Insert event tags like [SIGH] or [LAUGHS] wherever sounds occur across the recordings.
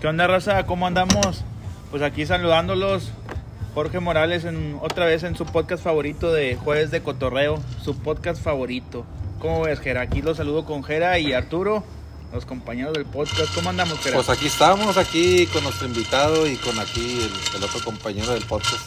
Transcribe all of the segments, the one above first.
¿Qué onda, raza? ¿Cómo andamos? Pues aquí saludándolos. Jorge Morales en, otra vez en su podcast favorito de Jueves de Cotorreo, su podcast favorito. ¿Cómo ves, Jera? Aquí los saludo con Jera y Arturo, los compañeros del podcast. ¿Cómo andamos, Jera? Pues aquí estamos, aquí con nuestro invitado y con aquí el, el otro compañero del podcast.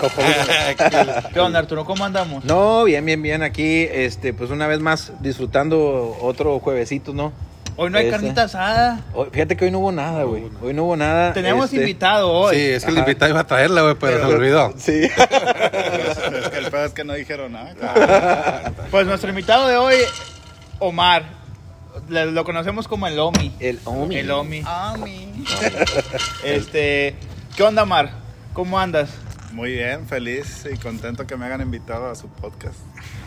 [LAUGHS] ¿Qué onda, Arturo? ¿Cómo andamos? No, bien, bien, bien. Aquí, este, pues una vez más disfrutando otro juevesito, ¿no? Hoy no hay Ese. carnita asada. Hoy- fíjate que hoy no hubo nada, güey. Hoy no hubo nada. Tenemos este, invitado hoy. Sí, es que el invitado iba a traerla, güey, pero, se le olvidó. Sí. Pero es que [LAUGHS] el pedo es que no dijeron nada. Pues nuestro invitado de hoy, Omar. Le- Lo conocemos como el Omi. El Omi. El Omi. Ah, mi. Este, ¿qué onda, Omar? ¿Cómo andas? Muy bien, feliz y contento que me hayan invitado a su podcast.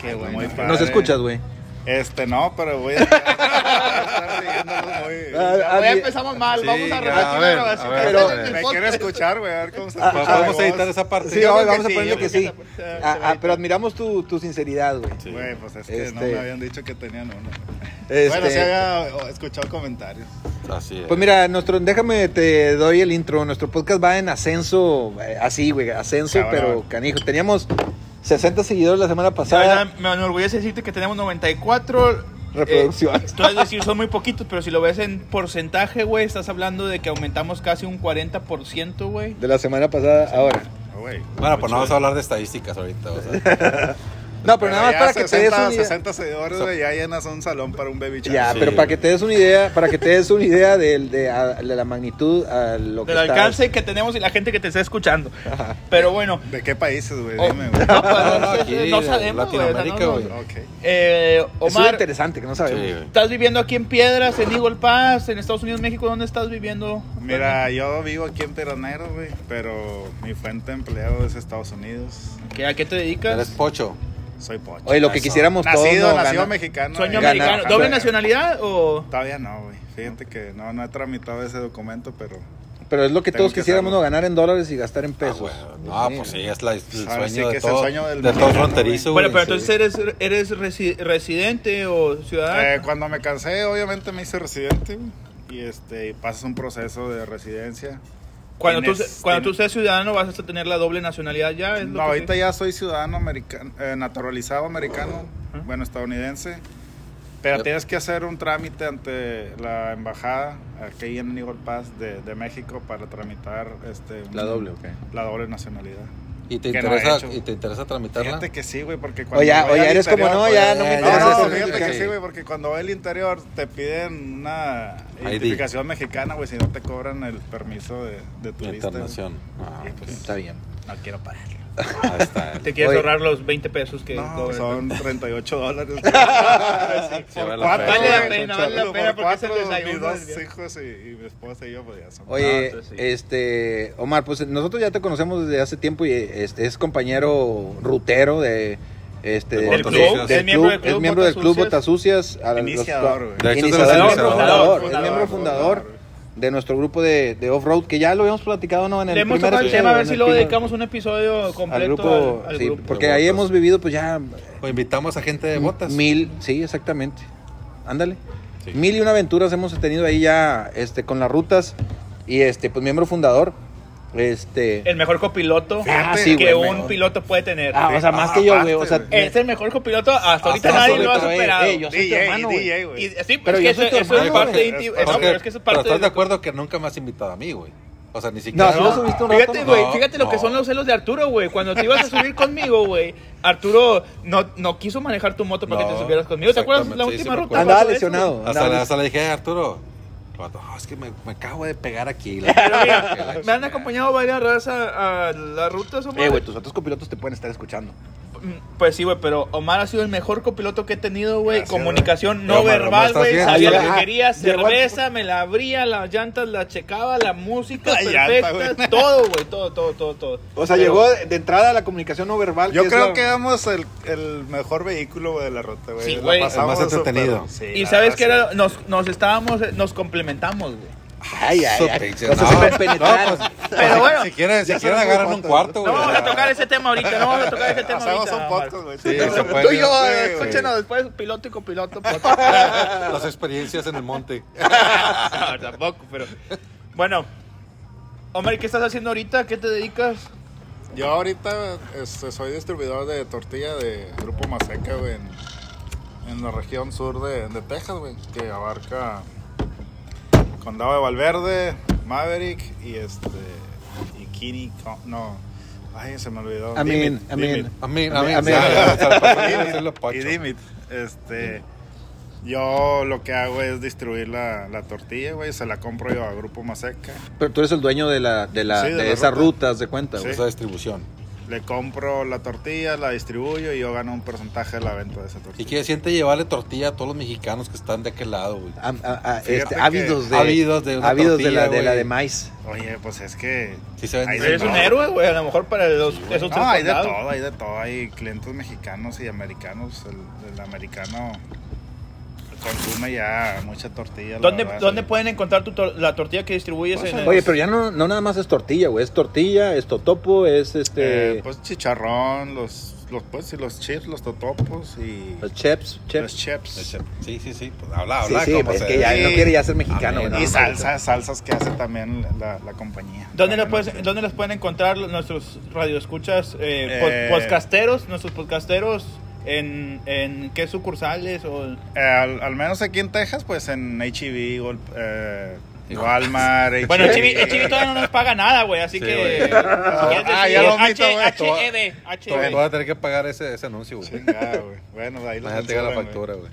Qué bueno. Muy padre. Nos escuchas, güey. Este no, pero voy a estar siguiéndolo muy. Ah, Ya ah, empezamos mal, Sí, vamos a ya, repetir a la ver, grabación. a ver, Este a es el Me podcast. quiero escuchar, güey, a ver cómo se Ah, escucha ah, la Vamos voz. a editar esa parte. Sí, yo hoy creo vamos a que ponerle sí, que yo creo sí. que se- se Ah, va a ah, pero admiramos tu, tu sinceridad, güey. Güey, pues es que no Este- me habían dicho que tenían uno. Este, Bueno, se había escuchado comentarios. Así es. Pues mira, nuestro, déjame, te doy el intro. Nuestro podcast va en ascenso, eh, así, güey, ascenso, Cabrón. pero canijo. Teníamos 60 seguidores la semana La verdad, pasada. me enorgullece decirte que tenemos 94 Reproducciones. Eh, tú vas a eh, decir, son muy poquitos, pero si lo ves en porcentaje, güey, estás hablando de que aumentamos casi un 40%, güey. De la semana pasada, ahora. Güey, Bueno, pues no vamos mucho. a hablar de estadísticas ahorita. O sea. No, pero nada más ya para que te des 60, una idea. 60 seguidores, güey, ya llenas un salón para un baby chat. Ya, Sí, pero para que güey. te des una idea, para que te des una idea del- de, a- de la magnitud a lo que Del está- alcance que tenemos y la gente que te está [LAUGHS] escuchando. Pero bueno. ¿De qué países, güey? Oh. o- Dime, güey. no, pues, No, no, aquí, no sabemos, güey, o sea, Latinoamérica, no, no. güey. Ok. Eh, Eso es lo Omar, interesante que no Sí, sabemos. güey. ¿estás viviendo aquí en Piedras, en Eagle Pass, en Estados Unidos, México? ¿Dónde estás viviendo? Mira, yo vivo aquí en Piranero, güey, pero mi fuente de empleo es Estados Unidos. ¿Qué- ¿A qué te Eres dedicas? pocho. Soy pocho. Oye, lo que Eso. quisiéramos nacido, todos. ¿no? nacido Gana- mexicano. ¿Sueño güey. Gana- americano? ¿Doble Gana- nacionalidad o...? Todavía no, güey. Fíjate que no, no he tramitado ese documento, pero Pero es lo que Tengo todos que quisiéramos, hacerlo. ¿no? Ganar en dólares y gastar en Ah, pesos. güey. No, pues sí, es la, el ahora sueño sí que de es el todo. sueño del de todo mexicano, fronterizo, Bueno, güey. pero sí. entonces eres, eres resi- residente o ciudadano. eh, cuando me cansé, obviamente me hice residente güey, y este y pasas un proceso de residencia. Cuando, tú, Tienes- se- cuando tú seas tienes- ciudadano vas a tener la doble nacionalidad ya. ¿Es lo No, que ahorita sí? ya soy ciudadano americano, eh, naturalizado americano, Ajá. bueno, estadounidense. Pero Yep. tienes que hacer un trámite ante la embajada aquí en Eagle Pass de, de México para tramitar este, un- La doble, ok. la doble nacionalidad. ¿Y te, que no ha interesa, hecho. ¿Y te interesa tramitarla? Fíjate que sí, güey, porque cuando. Oye, voy oye, al eres como interior, no, ya no me ya, No, interesa. ya, no, eso. ya, fíjate ya. que sí, güey, porque cuando voy al interior te piden una ID. identificación mexicana, güey, si no te cobran el permiso de, de turista. güey. Internación. Ah, Y ok. pues, Está bien. No quiero pagarlo. Ahí está. Te quieres Oye. ahorrar los 20 pesos que No, cobran. son 38 [LAUGHS] dólares. Sí, vale la Cuatro, pena. Vale la güey, pena, son vale la por pena porque es el cuatro, desayuno Mis del dos día. hijos y, y mi esposa y yo, pues ya son. Ah, Oye, entonces sí. este, Omar, pues nosotros ya te conocemos desde hace tiempo y este, es compañero rutero de... Este, Del de- club, es miembro del es club miembro del club Botas Botas Sucias. a los- Iniciador, güey. De hecho, es el iniciador, iniciador, miembro fundador, fundador, es miembro fundador. fundador de nuestro grupo de, de off-road, que ya lo habíamos platicado, ¿no? En el Le hemos primer tocado el episodio, tema, a en ver si el luego primer- dedicamos un episodio al completo al grupo, al sí, grupo. porque De ahí botas. hemos vivido pues ya O invitamos a gente de botas. mil, sí, exactamente. Ándale. Sí. Mil y una aventuras hemos tenido ahí ya este con las rutas y este pues miembro fundador este El mejor copiloto Fíjate, Ah, sí, que güey, un mejor. piloto puede tener. ah, o sea, Ah, más que yo, güey, o sea, Aparte, es el mejor copiloto hasta ahorita hasta nadie lo ha ahorita, eh, superado. eh, yo soy tu DJ, hermano, güey. DJ, Y- güey. sí, pero Pero es yo que soy eso, tu eso es hermano, parte güey. íntimo. Es No, Porque- pero es que eso es parte pero estás de de... acuerdo que nunca me has invitado a mí, güey. O sea, ni No, siquiera. sí lo subiste un rato. Fíjate, ¿no? güey, No, fíjate lo que no. son los celos de Arturo, güey. Cuando te ibas a subir conmigo, güey, Arturo no, no quiso manejar tu moto para que No, te subieras conmigo. ¿Te acuerdas la exactamente, sí, última sí me ruta? acuerdo. Andaba pasó eso? lesionado. Hasta, le- Nada. hasta le dije a Arturo, vato, "Ah, es que me, me acabo de pegar aquí. Pero [LAUGHS] mira, me han acompañado varias razas a, a la ruta, Omar. eh, güey, tus otros copilotos te pueden estar escuchando. Mm, Pues sí, güey, pero Omar ha sido el mejor copiloto que he tenido, güey. Gracias, Comunicación güey. no Omar, Omar, verbal, estás güey. bien, Sabía estás lo que bien. quería, Ah, llegó al- cerveza, me la abría, las llantas la checaba, la [LAUGHS] música La llanta, perfecta, güey. todo, güey, todo, todo, todo, todo. O sea, Pero- llegó de entrada la comunicación no verbal. Yo es creo la- que éramos el, el mejor vehículo güey, de la ruta, güey. Sí, La güey. El pasamos más entretenido. súper- sí, Y la sabes verdad, que sí. era, nos, nos estábamos, eh, nos complementamos, güey. Ay, ay, Su ay. pinche- O sea, no, se pues, penetraron. Pero bueno, si quieren, si ya quieren sabemos agarran un cuánto. cuarto, güey. no vamos a tocar ese tema ahorita, no vamos a tocar ese tema Hacemos ahorita. un Omar. podcast, güey. Sí, se puede. Tú y yo, Sí, eh, güey. escúchenos después, piloto y [LAUGHS] copiloto. podcast. [LAUGHS] Las experiencias en el monte. No, tampoco, pero. Bueno, Omar, ¿qué estás haciendo ahorita? ¿Qué te dedicas? Yo ahorita este, soy distribuidor de tortilla de Grupo Maseca, güey, en, en la región sur de, de Texas, güey, que abarca Condado de Valverde, Maverick y este. y Kinney. Co- No. Ay, se me olvidó. Amén, Dimmitt, amén. Dimmitt. Amén, Amén, amén. amén. [LAUGHS] [LAUGHS] Dimmitt Y Dimit. Este. Yo lo que hago es distribuir la, la tortilla, güey. Se la compro yo a Grupo Maseca. Pero tú eres el dueño de, la, de, la, Sí, de, de la esas ruta. rutas de cuenta, Sí. güey. Esa distribución. Le compro la tortilla, la distribuyo y yo gano un porcentaje de la venta de esa Y tortilla. que siente llevarle tortilla a todos los mexicanos que están de aquel lado, güey. Am- a- a- Fíjate este, que- ávidos de, Ávidos de una ávidos de la, tortilla, de la güey. de maíz. Oye, pues es que. Sí se ven- Ahí Eres sí, un no. héroe, güey, a lo mejor para los, esos tres No, hay de condados. todo, hay de todo. Hay clientes mexicanos y americanos. El, el americano consume ya mucha tortilla. la ¿Dónde, verdad, dónde sí. pueden encontrar tu tor- la tortilla que distribuyes? Pues, en el- Oye, pero ya no, no nada más es tortilla, güey. Es tortilla, es totopo, es este. Eh, pues chicharrón, los, los, pues, y los chips, los totopos y los chips, los chips. chips. Sí, sí, sí. Pues habla, Sí, habla. sí, como es se que debe. ya Sí. no quiere ya ser mexicano, Amén. güey. no, y no, salsas, salsas que hace también la, la compañía. ¿Dónde, las También puedes, hace- ¿Dónde las pueden encontrar los- nuestros radioescuchas, eh, pod- Eh. podcasteros, nuestros podcasteros? ¿En, en qué sucursales? O, Eh, al, al menos aquí en Texas, pues en HEB, Gol- eh, Walmart, E [LAUGHS] HEB. bueno, E el Chivi, el [LAUGHS] Chivi todavía no nos paga nada, güey, así Sí, que... güey. si quieres Ah, decir, ya lo H- E omito, güey. HEB, Te voy HEB. a tener que pagar ese, ese anuncio, güey. Chingada, Pues, güey. Bueno, ahí los Mañana te llega la censuran, factura, güey.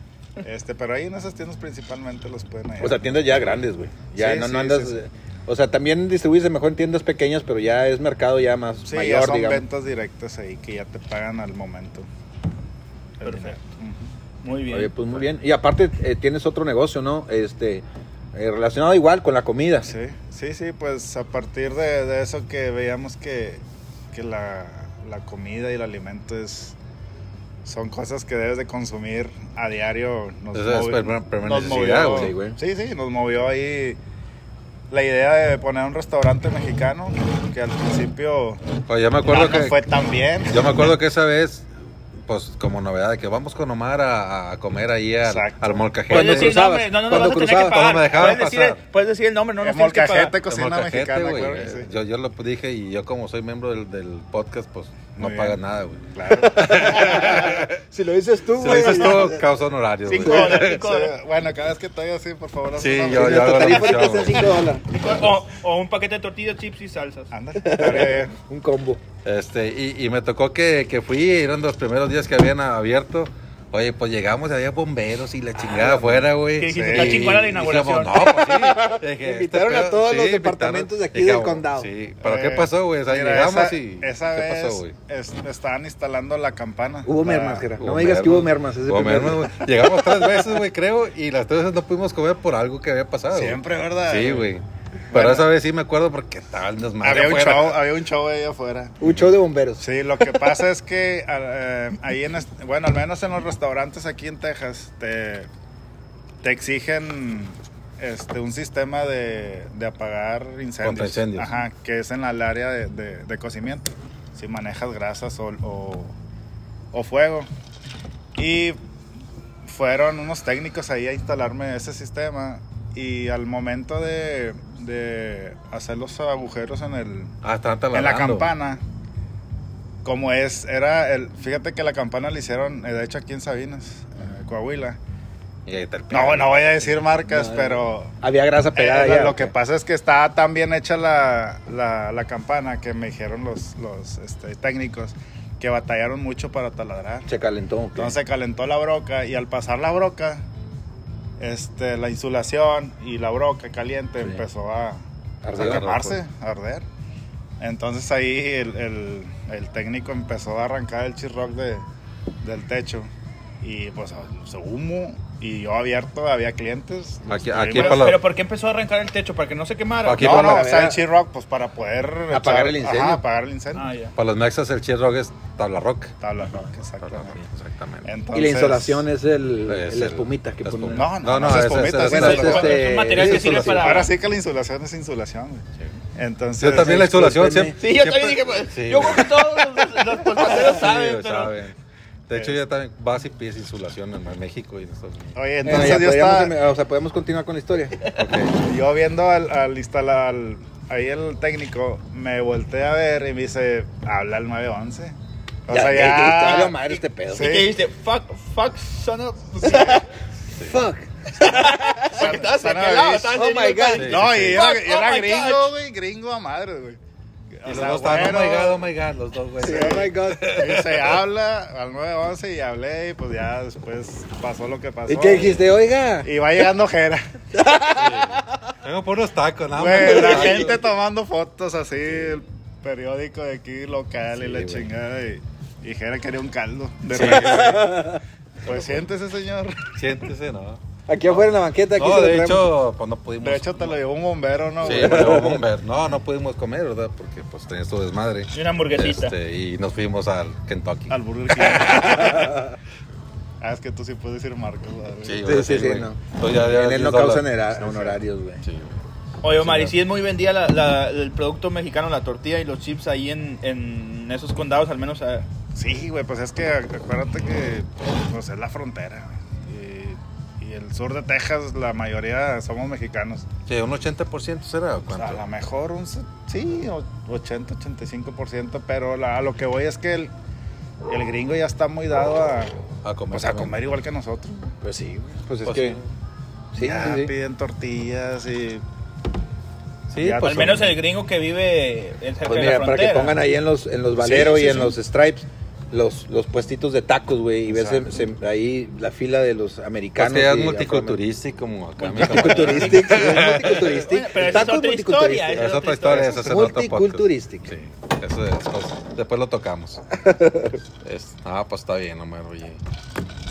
güey. Este, pero ahí en esas tiendas principalmente los pueden hallar. O sea, tiendas ya grandes, güey. Ya Sí, no, no sí, andas. sí, sí. O sea, también distribuirse mejor en tiendas pequeñas, pero ya es mercado ya más sí, mayor, ya son digamos. ventas directas ahí que ya te pagan al momento. el Perfecto. dinero. Muy bien. Oye, pues muy bien. Y aparte eh, tienes otro negocio, ¿no? Este eh, relacionado igual con la comida. Sí, sí, sí, pues a partir de, de eso que veíamos que, que la, la comida y el alimento es, son cosas que debes de consumir a diario. Nos, Esa es movi- primer- primera nos necesidad, movió- güey, güey. Sí, sí, nos movió ahí la idea de poner un restaurante mexicano que al principio Oye, yo me no acuerdo nos que. fue tan bien. Yo me acuerdo que esa vez, pues como novedad, de que vamos con Omar a, a comer ahí al, Exacto. al molcajete. Puedes Cuando decir el cruzabas, nombre, no, no, no cuando vas a tener cruzabas, que pagar. cuando me dejaban puedes, decir, pasar. puedes decir el nombre, no nos Es tienes que pagar. molcajete, cocina Al molcajete, mexicana, güey. Eh, claro que sí. Yo, yo lo dije y yo como soy miembro del, del podcast, pues no Muy paga bien. nada, güey. Claro. Si lo dices tú, Si lo dices tú, causa honorarios, Cinco güey. dólares, cinco dólares. Sí, bueno, cada vez que estoy así, por favor. Sí, hazme yo- una yo- hago la opción, güey. dólares. O, o un paquete de tortillas, chips y salsas. Ah, Ándale, estaría bien. Un combo. Este, y, y me tocó que, que fui, eran los primeros días que habían abierto. Oye, pues llegamos, había bomberos Ah, y la chingada afuera, güey. Que dijiste, Sí. "Está chingona la Y inauguración". dijimos, no, pues [LAUGHS] sí. Dije, Invitaron "Este a pedo- todos los invitaron". departamentos de aquí Dije, del "Ah, condado". Sí, pero Eh, ¿qué pasó, güey? O sea, mira, llegamos esa- y. Esa ¿Qué vez pasó, güey? es- estaban instalando la campana. Hubo La- mermas, Jera. No me digas que hubo mermas ese Hubo primer mermas, día. [LAUGHS] güey. Llegamos tres veces, güey, creo, y las tres veces no pudimos comer por algo que había pasado. güey. Siempre, ¿verdad? Sí, güey. Pero Bueno. esa vez sí me acuerdo porque estaba el desmadre Había un, afuera. show, había un show ahí afuera. Un show de bomberos. Sí, lo que pasa es que al- eh, ahí en, est- bueno, al menos en los restaurantes aquí en Texas, te, te exigen este, un sistema de, de apagar incendios. Contra incendios. Ajá, que es en la- el área de, de- de cocimiento. Si manejas grasas o, o- o fuego. Y fueron unos técnicos ahí a instalarme ese sistema. Y al momento de, de hacer los agujeros en el, Ah, estaban en la taladrando. campana. Como es, era el. Fíjate que la campana le hicieron, eh, de hecho, aquí en Sabinas, eh, Coahuila. Y ahí está el No, no eh. voy a decir marcas, No, pero. Había grasa pegada eh, ya. lo que pasa es que estaba tan bien hecha la, la- la campana que me dijeron los, los este, técnicos que batallaron mucho para taladrar. Se calentó. ok. Entonces calentó la broca y al pasar la broca, este, la insulación y la broca caliente Sí. empezó a, Arder, pues. a arder, quemarse, a arder. Entonces ahí el, el- el técnico empezó a arrancar el chirroc de, del techo y pues se humo y yo abierto, había clientes. los Aquí- aquí tuvimos- Pero, para la- pero ¿por qué empezó a arrancar el techo? ¿Para que no se quemara? Aquí- No, para no, la o sea, vereda. el chirroc pues para poder... Apagar el ajá, incendio. apagar el incendio. Ah, ya. Para los mexas el cheese rock es tabla rock. Tabla rock, Tabla exactamente. rock, exactamente. y la Entonces- insolación es el, Es la el- espumita que la ponen. Eh, espuma. No, no, no, es espumita, es Bueno, es Pero- este, Es un material que es sirve para- Ahora sí que la insulación es insulación. güey. Entonces, eh, Yo también la este, pues, sí, insolación Discúlpenme. pues, siempre. [LAUGHS] Sí, yo también dije, pues, yo creo que todos los, los podcasteros saben, pero... De hecho, ya también vas y pides insulación en en México y en Estados Unidos. Eh. Oye, Bueno, entonces Eh, ya yo podríamos estaba. em- O sea, podemos continuar con la historia. Yo viendo al, al instalar al- ahí el técnico, me volteé a ver y me dice, habla el 911. O sea, ya, ya, ya. ya valió madre este pedo. Sí. ¿Y qué dijiste? Fuck, fuck, son of... [LAUGHS] [LAUGHS] Fuck. Son- Estabas son pelado, avis- estabas Oh en my el God. cal- No, y era, Fuck, y era oh my gringo, God. güey, gringo a madre, güey. Y O los sea, dos estaban, oh my güero, god, oh my god, los dos, güey. Sí, oh my God. y se habla al 911 y hablé y pues ya después pasó lo que pasó. ¿Y qué dijiste? Oiga. Y va llegando Jera. Vengo por unos tacos, nada más. Güey, la Ay, gente tomando fotos así, el periódico de aquí local y Sí, la güey. chingada. Y, y Jera quería un caldo. De Sí. regreso. Pues siéntese, señor. Siéntese, ¿no? Aquí afuera en la banqueta. Aquí No, se lo de traemos. hecho, pues no pudimos. De hecho, te lo llevó un bombero, ¿no? Sí, güey? me llevó Bomber. No, no pudimos comer, ¿verdad? Porque pues tenías todo desmadre. Y una hamburguesita. Este, y nos fuimos al Kentucky. Al [LAUGHS] Burger King. ah, es que tú sí puedes ir Marcos. ¿verdad, güey? Sí, Sí, Pues güey, sí, sí, güey. no. Entonces, ya- ya- En él no ya habla- causan era- honorarios, güey. Sí, güey. Oye, Omar, y si es muy vendida la- la- el producto mexicano, la tortilla y los chips ahí en, en esos condados, al menos. ah, Sí, güey, pues es que ac- acuérdate que pues, es la frontera. güey. Y, y el sur de Texas, la mayoría somos mexicanos. Sí, un 80% será o O sea, cuánto. a lo mejor un se- sí, o- 80, 85%, pero la- a lo que voy es que el, el gringo ya está muy dado a, A comer. pues, a también. comer igual que nosotros. Pues sí, güey. Pues es Pues que. Sí, ya sí, sí. piden tortillas y Sí, Ya, pues al menos son- el gringo que vive en cerca Pues de la mira, para frontera. que pongan ahí en los, en los valeros Sí, sí, y en sí. los stripes los, los puestitos de tacos, güey. Y ves Exacto. se- se- ahí la fila de los Pues americanos. que ya es y multiculturístico, como acá. mi afroamericanos. camarada. Multiculturístico, sí, [LAUGHS] Bueno, multiculturístico. pero esa es Tacos otra historia, multiculturísticos. Es otra historia, eso es en otro podcast. Multiculturístico. Sí, eso es cosa. Después lo tocamos. Es- ah, pues está bien, Omar, oye.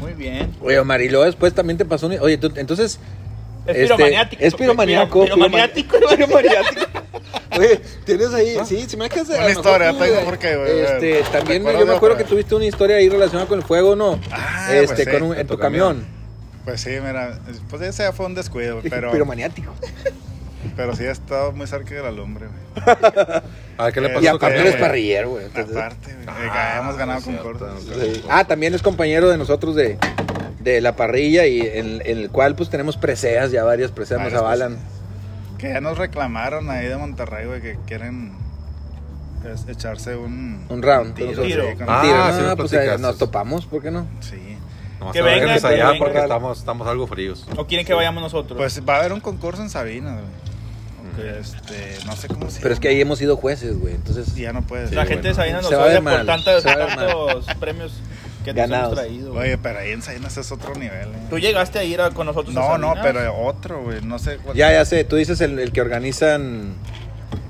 Muy bien. Oye, Omar, y luego después también te pasó un... Oye, tú- entonces... Es este, piromaniático. Es piromaniaco. Piro- piromaniático. [LAUGHS] [LAUGHS] Piromaniático. [LAUGHS] Oye, tienes ahí... Sí, si me acaso... Una historia, tengo por qué, güey. Este, también Recuerdo yo me de acuerdo que otra. tuviste una historia ahí relacionada con el fuego, ¿no? Ah, Este, pues sí, con un- en tu camión. pues sí, mira, pues ese fue un [LAUGHS] descuido, pero Piromaniático. pero sí he estado muy cerca de la lumbre, [LAUGHS] güey. Ah, ¿qué le Eh, pasó Y a tu aparte camión? eres parrillero, güey. entonces- Aparte, güey, Ah, hemos ganado es con cierto, cortos. no Sí. Ah, también es compañero de nosotros de, de la parrilla y en, en el cual pues tenemos preseas, ya varias preseas nos Varias avalan. Que ya nos reclamaron ahí de Monterrey, güey, que quieren pues, echarse un... Un round, tiro, con nosotros. sí, con- Ah, Tira, sí me no, pues platicaste. eh, nos topamos, ¿por qué no? sí. Vamos Que a venga, verles que allá venga. porque estamos, estamos algo fríos. ¿O quieren que vayamos nosotros? Pues va a haber un concurso en Sabina, güey. Este, no sé cómo se Pero es que llama. ahí hemos sido jueces, güey, entonces Ya no puedes. la sí, gente bueno. de Sabina nos Se va a ver odia por mal, tantos, se va a ver mal. tantos premios que nos hemos Ganados. traído. güey. Oye, pero ahí en Sabina es otro nivel, eh. Tú Ah, llegaste a ir a- con nosotros a No, no, Sabinas? pero otro, güey. No sé cuál. ya eh, ya sé, tú dices el, el que organizan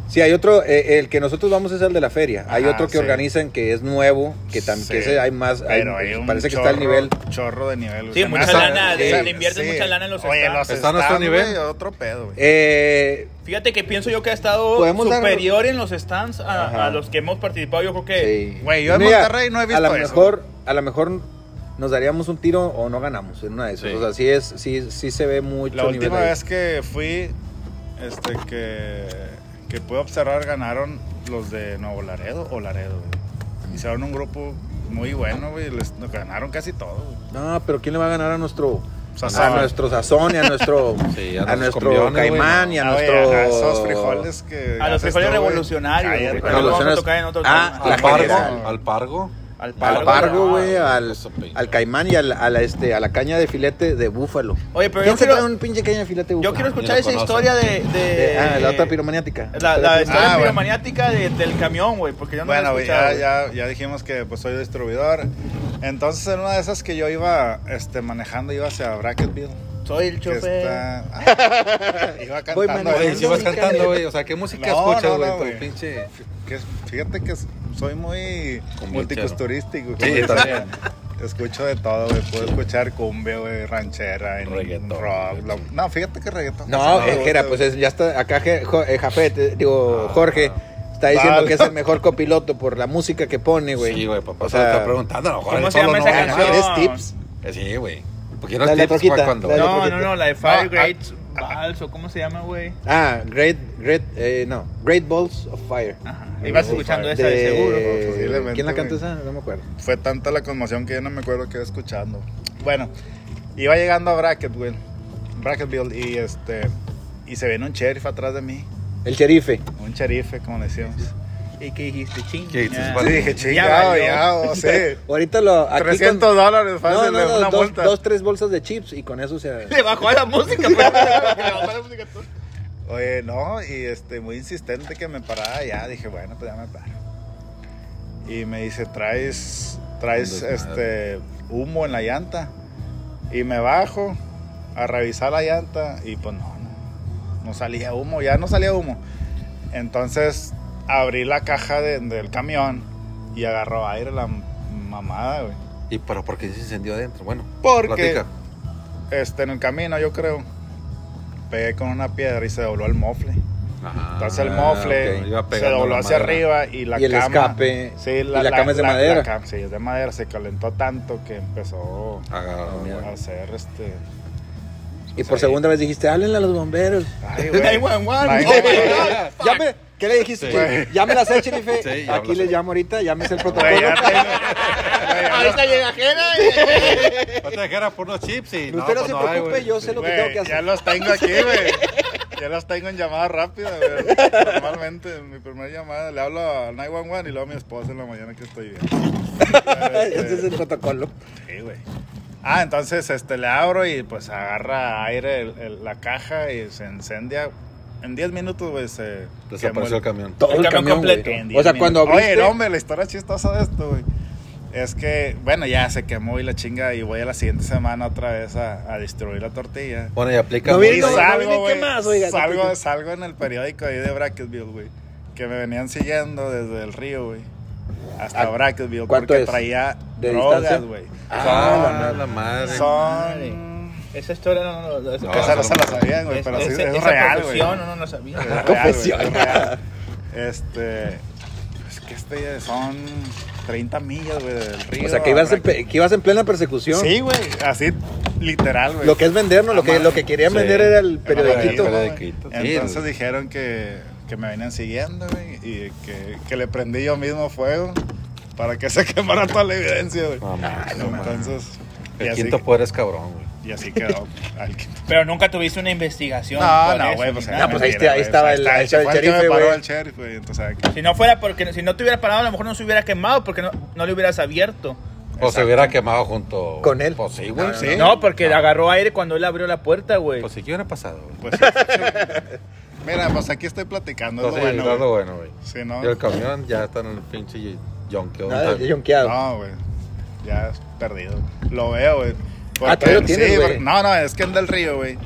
Sí, hay otro, eh, el que nosotros vamos es el de la feria. Hay Ajá, otro que Ah, sí. organizan que es nuevo, que también Sí, hay más, hay- eh, pero hay un parece que está el chorro- nivel. Chorro de nivel, güey. Sí, Se me mucha hace- lana, le- se- le invierten mucha lana en los Oye, stands. los ¿Está a nuestro stands, nivel? güey, otro pedo, güey. Eh, Fíjate que pienso yo que ha estado Podemos dar- superior en los stands a, Ajá. a los que hemos participado. Yo creo que. Sí. Güey, yo en Mira, Monterrey no he visto a lo eso. Mejor, a lo mejor nos daríamos un tiro o no ganamos en una de esas. Sí. O sea, sí, es, sí, sí se ve mucho La nivel última ahí. vez que fui, este, que, que pude observar, ganaron los de Nuevo Laredo o Laredo, Mm. güey. Hicieron un grupo muy bueno, güey. y Les nos ganaron casi todo, güey. No, pero ¿quién le va a ganar a nuestro... Sazón. A nuestro sazón y a nuestro, Sí, a a nuestros nuestro combiones, güey, caimán no. y a Ah, güey, nuestro... ajá, esos frijoles que. A los haces frijoles tú, güey. revolucionarios, güey. Cállate, Pero lo vamos a Revolucionarios. tocar en otro Ah, tema. la Al pargo, general. al pargo. Al Al pargo, Ah, pargo, no. güey, al, Eso, pe- al caimán y al- a, la, este, a la caña de filete de búfalo. Oye, pero ¿Quién yo se quiero- trae un pinche caña de filete de Yo búfalo? quiero Ni escuchar lo esa conocen. historia de. de- Eh, ah, la otra piromaniática. La, la Ah, historia bueno. piromaniática de- del camión, güey. Porque em- yo no la Bueno, he güey, escuchado, ya, güey. ya, ya dijimos que pues soy distribuidor. Entonces, en una de esas que yo iba este, manejando, iba hacia Bracketville. Soy el que chofer. está- Ah, [LAUGHS] iba cantando. manejando. Oye, güey. si vas cantando, güey. O sea, ¿qué música No, escuchas, no, güey? no, tu güey. pinche. Que- fíjate que soy muy Cumbiachero. multiculturístico. Sí, güey. también. Escucho de todo, güey. Puedo escuchar cumbia, güey, ranchera, en Reggaetón. rock. lo- no, fíjate que reggaetón. No, me eh, Jera, gusta, pues es- ya está acá Je- Jo- eh, Jafet, eh, digo, Jorge, está diciendo Vale. que es el mejor copiloto por la música que pone, güey. Sí, güey, papá. O O sea, está sea, preguntando a lo mejor. ¿Cómo él se llama solo esa no va a canción? ganar, es tips. ganar. Eh, Sí, güey. Porque no La tips letroquita, para cuando. la No, No, no, no, la de Five Ah, Greats Balso, ¿cómo se llama, güey? Ah, Great, Great, eh, no, Great Balls of Fire. Ajá, Ibas escuchando esa eh, de seguro. seguro, posiblemente, ¿Quién la canta güey. esa? No me acuerdo. Fue tanta la conmoción que ya no me acuerdo qué iba escuchando. Bueno, iba llegando a Bracket, güey. Bracketville y este. Y se viene un sheriff atrás de mí. El Sherife. Un sheriff, como le decíamos. ¿Y qué dijiste? Ching. ¿Qué dijiste? [LAUGHS] ya. Vale. Sí, dije, chingado, valió. ya, o sea. Ahorita lo. [LAUGHS] aquí con- 300 dólares, No, fácil, no, no, una dos, multa. dos, tres bolsas de chips y con eso se. Le bajó a la música, pero- le [LAUGHS] bajó a la música. Oye, no, y este, muy insistente que me parara ya, dije, bueno, pues ya me paro. Y me dice, traes, traes Un desmadre. este humo en la llanta. Y me bajo a revisar la llanta y pues no, no, no salía humo, ya no salía humo. Entonces abrí la caja de- del camión y agarró aire la mamada, güey. ¿Y pero por qué se incendió adentro? Bueno, Porque- platica. Este, en el camino, yo creo, pegué con una piedra y se dobló el mofle. Entonces el mofle Ah, Ah, ok. Iba se pegando dobló la hacia madera. arriba y la Y el cama. escape. Sí, Y la cama es de madera. cama, sí, es de madera. Se calentó tanto que empezó Agarró, a hacer este. Y por segunda vez dijiste, háblenle a los bomberos. [LAUGHS] Ay, güey. 911. 911. Ya me- ¿Qué le dijiste? Sí. Chief? Ya me la sé, Sherife. Sí, ya Aquí me la les sé. llamo ahorita, llámese el Güey, protocolo. ya tengo- Ahorita llega Jera y- Otra dijera por unos chips y. Usted no pues se hay, preocupe, güey. yo sé lo que güey, tengo que Ya hacer. los tengo aquí, güey. [LAUGHS] Ya los tengo en llamada rápida, güey. Normalmente, en mi primera llamada le hablo al 911 y luego a mi esposa en la mañana que [LAUGHS] estoy bien. Ese es el protocolo. Sí, güey. Ah, entonces este, le abro y pues agarra aire el- el- la caja y se incendia. En 10 minutos, güey, se. quemó Desapareció el camión. Todo el camión camión, güey. completo. En O 10 sea, cuando minutos. abriste... Oye, no, hombre, la historia chistosa de esto, güey. Es que, bueno, ya se quemó y la chinga y voy a la siguiente semana otra vez a, a distribuir la tortilla. Bueno, y aplica. No muy- Y vino- salgo, ¿qué güey, más, oiga? salgo, salgo en el periódico ahí de Bracketville, güey. Que me venían siguiendo desde el río, güey. Hasta ¿A- Bracketville. cuánto Porque es? traía ¿De drogas, distancia? güey. Ah, la madre. Son... Esa historia no, no, no, No, Esa no esa se la sabían, güey, es- pero sí, esa- es esa real, güey. Eh. profesión, no, no la [LAUGHS] sabía. Es real, güey, Confesión. es real. Este... Es que este son 30 millas, güey, del río. O sea, que ibas, en, Habrá pe- que ibas en plena persecución. Sí, güey, así literal, güey. Lo que es vendernos, lo que, lo que querían vender era el periodiquito. periodito. El periodiquito. Sí, Entonces el- dijeron que, que me venían siguiendo, güey, y que, que le prendí yo mismo fuego para que [LAUGHS] se quemara toda la evidencia, güey. No, mames, no, mames. Entonces, y El así, quinto poder es cabrón, güey. y así quedó al quinto. Pero nunca tuviste una investigación. No, por no, eso, güey, ni pues, nada. era No, pues ahí está- mentira, ahí güey. estaba el- ahí estaba el fue que me sherife, paró güey. el sheriff, güey, entonces, ah, ¿sabes qué? Si no fuera porque si no te hubiera parado, a lo mejor no se hubiera quemado porque no, no lo hubieras abierto. O se hubiera quemado junto. Con él. Pues sí, güey. No, Sí. No, porque Ah. agarró aire cuando él abrió la puerta, güey. Pues sí, ¿qué hubiera pasado, güey? Pues, sí, sí. [LAUGHS] Mira, pues aquí estoy platicando, es Entonces, lo bueno. era lo güey. bueno, güey. Sí, ¿no? Y el camión ya está en el pinche yonqueo. Ah, Nada, de yonkeado. No, güey. Ya es perdido. Lo veo, güey. Ah, todavía lo tienes, güey. porque- No, no, es que el del río, güey.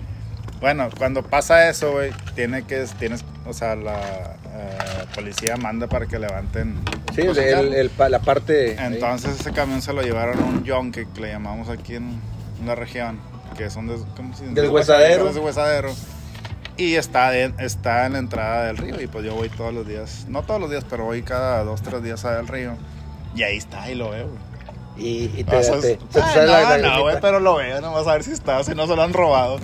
Bueno, cuando pasa eso, güey, tiene que, tienes, o sea, la eh, policía manda para que levanten. Sí, el, el- el pa- la parte. ahí. Entonces ese camión se lo llevaron a un yonque que le llamamos aquí en la región, que es un des, ¿cómo se dice? Deshuesadero. Deshuesadero. Y está, de- está en la entrada del río y pues yo voy todos los días, no todos los días, pero voy cada dos, tres días al río. Y ahí está, y lo veo. güey. Y, y te, O sea, te- es- se te Ah, sale la no, lagrimita. no, güey, pero lo veo, nomás a ver si está, si no se lo han robado.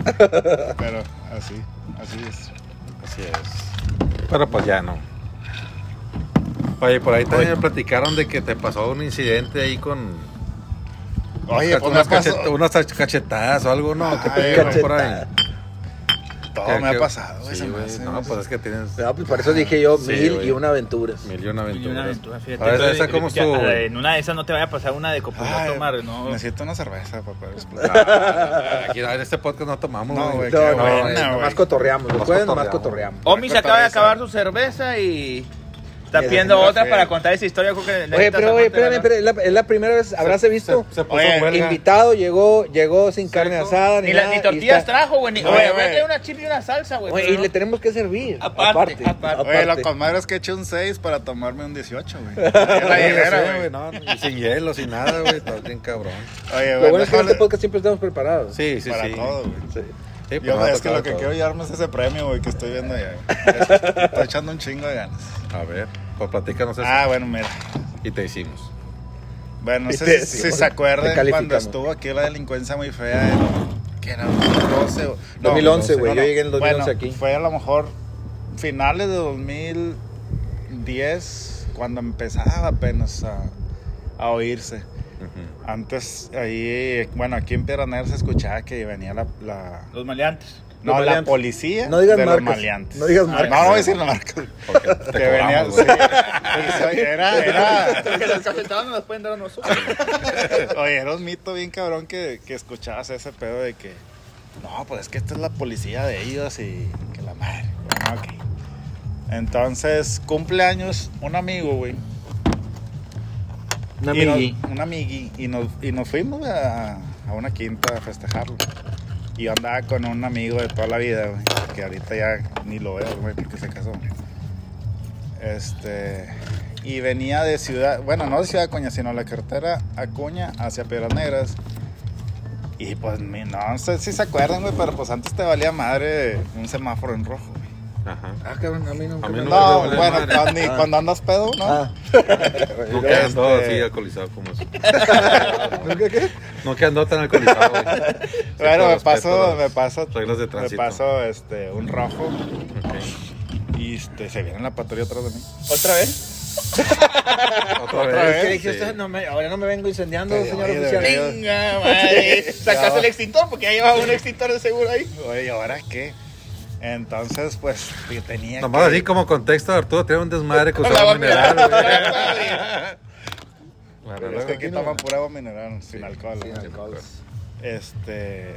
pero así, así es. Así es. Pero pues ya no. Oye, por ahí también me platicaron de que te pasó un incidente ahí con. Oye, pues me unas, ha pasado. cachet- unas cachetadas o algo, ¿no? Que Ay, te dijeron por ahí. cachetada. Todo me Que- ha pasado, güey. Sí, se me güey. hace, No, güey. pues es que tienes No, pues por eso dije yo Sí, mil güey. y una aventuras. mil y una Y una pues, aventuras. aventura, fíjate. A ver, Entonces, esa cómo ya, estuvo, güey? [LAUGHS] En una de esas no te vaya a pasar una de copiloto, Ay, madre, no. Necesito una cerveza, papá. Ah, Aquí en este podcast no tomamos. No, güey, güey. qué No, no, buena, güey, güey. nomás cotorreamos. Los Nomás jueves nomás cotorreamos. cotorreamos. Omi se Otra acaba de vez, acabar ¿eh? su cerveza y está Y así pidiendo me otra fue. para contar esa historia. Creo que Oye, pero oye, espérame, espérame, es la, es la primera vez, habráse visto. Se, se puso Oye, huelga. invitado, llegó, llegó sin Sí, carne no. asada, ni, Ni, nada, las, ni y tortillas está- trajo, güey. Ni, No, oye, güey. vete una chip y una salsa, güey. Oye, pero y no. le tenemos que servir. Aparte, Aparte. aparte. Oye, lo aparte. comadre es que eché un 6 para tomarme un 18, [LAUGHS] güey. Ahí en la Sí, hielera, sí, güey. güey, no, y sin hielo, sin nada, güey. Estás bien cabrón. Oye, Lo güey, bueno es que en déjale- este podcast siempre estamos preparados. Sí, sí, para sí. todo, güey. Sí. Sí, pues, Yo, no, es que tocaba lo que todo. quiero llevarme es ese premio, güey, que estoy viendo allá. [LAUGHS] güey. Estoy echando un chingo de ganas. A ver, pues platícanos eso. Ah, bueno, mira. Y te hicimos. Bueno, no Y sé te- sí, si, si bueno, se te acuerdan calificamos. cuando estuvo aquí la delincuencia muy fea. eh, que era 2012. o- no, 2011, güey. no, Yo no. llegué en el 2011 Bueno, aquí. Fue a lo mejor finales de 2010 cuando empezaba apenas a, a oírse. Ujú. Antes, ahí, bueno, aquí en Piedra Negra se escuchaba que venía la. la- Los [LAUGHS] maleantes. no, la maleantes. policía No digas de los marcas. maleantes. No digas Ah, marcas. No, no voy a decir la marca. Porque te Que venía. cobramos, sí. güey. era, era. Porque las cafetadas nos las pueden dar a nosotros. Oye, era un mito bien cabrón que, que escuchabas ese pedo de que, no, pues es que esta es la policía de ellos y que la madre. Bueno, ok. Entonces, cumpleaños, un amigo, güey. Una Y nos- amigui. Un amigui. Y nos, y nos fuimos güey, a, a una quinta a festejarlo. Y yo andaba con un amigo de toda la vida, güey, que ahorita ya ni lo veo, güey, porque se casó. Este. Y venía de ciudad, bueno, no de Ciudad Acuña, sino la carretera Acuña hacia Piedras Negras. Y pues, mi- no sé si se acuerdan, güey, pero pues antes te valía madre un semáforo en rojo, güey. Ajá. Ah, cabrón, a mí nunca A mí me- no No, valía bueno, madre. Ah. cuando, ni- cuando andas pedo, ¿no? Ah, Nunca andó Este- así alcoholizado como eso. ¿Nunca qué? Nunca andó tan alcoholizado, [LAUGHS] güey. Siempre Claro, me respeto paso, las me paso, Reglas de me tránsito. paso este, un rojo Ok. y este, se viene la patrulla atrás de mí. ¿Otra vez? Otra ¿Otra vez. vez? ¿Qué sí. dije usted? No me, ahora no me vengo incendiando, Te señor oye, de oficial. verdad. Venga, [LAUGHS] madre. Sacaste el extintor porque ya llevaba un extintor de seguro ahí. Oye, ¿y ¿ahora qué? Entonces, pues, yo tenía Nomás que... así como contexto, Arturo tenía un desmadre [LAUGHS] con su Hablaba agua [LAUGHS] mineral, mineral. güey. Bueno, Es que aquí luego. toman pura agua mineral, sin alcohol. Sin ¿no? alcohol. Este...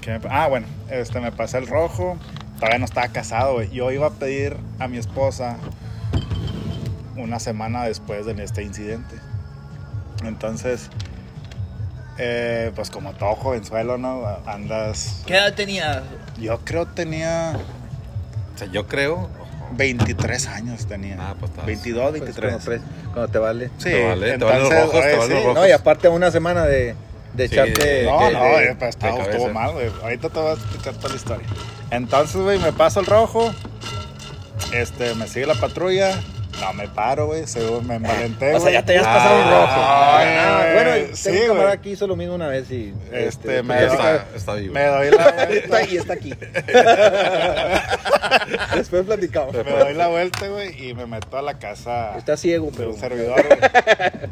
¿qué me pa- ah, bueno, este, me pasé el rojo. Todavía no estaba casado, güey. Yo iba a pedir a mi esposa una semana después de este incidente. Entonces, eh, pues como todo jovenzuelo, ¿no? Andas... ¿Qué edad tenía? Yo creo tenía... O sea, yo creo. 23 años tenía. Ah, pues, estabas- 22, Pues, 23. cuando tres, Cuando te vale. Sí, Te vale, te valen los rojos, te oye, valen los sí. rojos. No, y aparte una semana de, de Sí, echarte... Pues, No, que- no, de- eh, pues, de estaba- estuvo cabeza. mal, güey. Ahorita te voy a explicar toda la historia. Entonces, güey, me paso el rojo. Este, me sigue la patrulla. No me paro, güey. Se me envalenté, [LAUGHS] O sea, güey. ya te has pasado un Ah, rojo. ah, bueno, sí, tengo un camarada güey. aquí hizo lo mismo una vez y... pues, Este, me Ya ya da- está, está vivo. Me [LAUGHS] doy la Está vuelta. ahí, está [LAUGHS] aquí. Después platicamos. me doy la vuelta, güey, y me meto a la casa. Está ciego, de pero... un servidor, [LAUGHS] güey.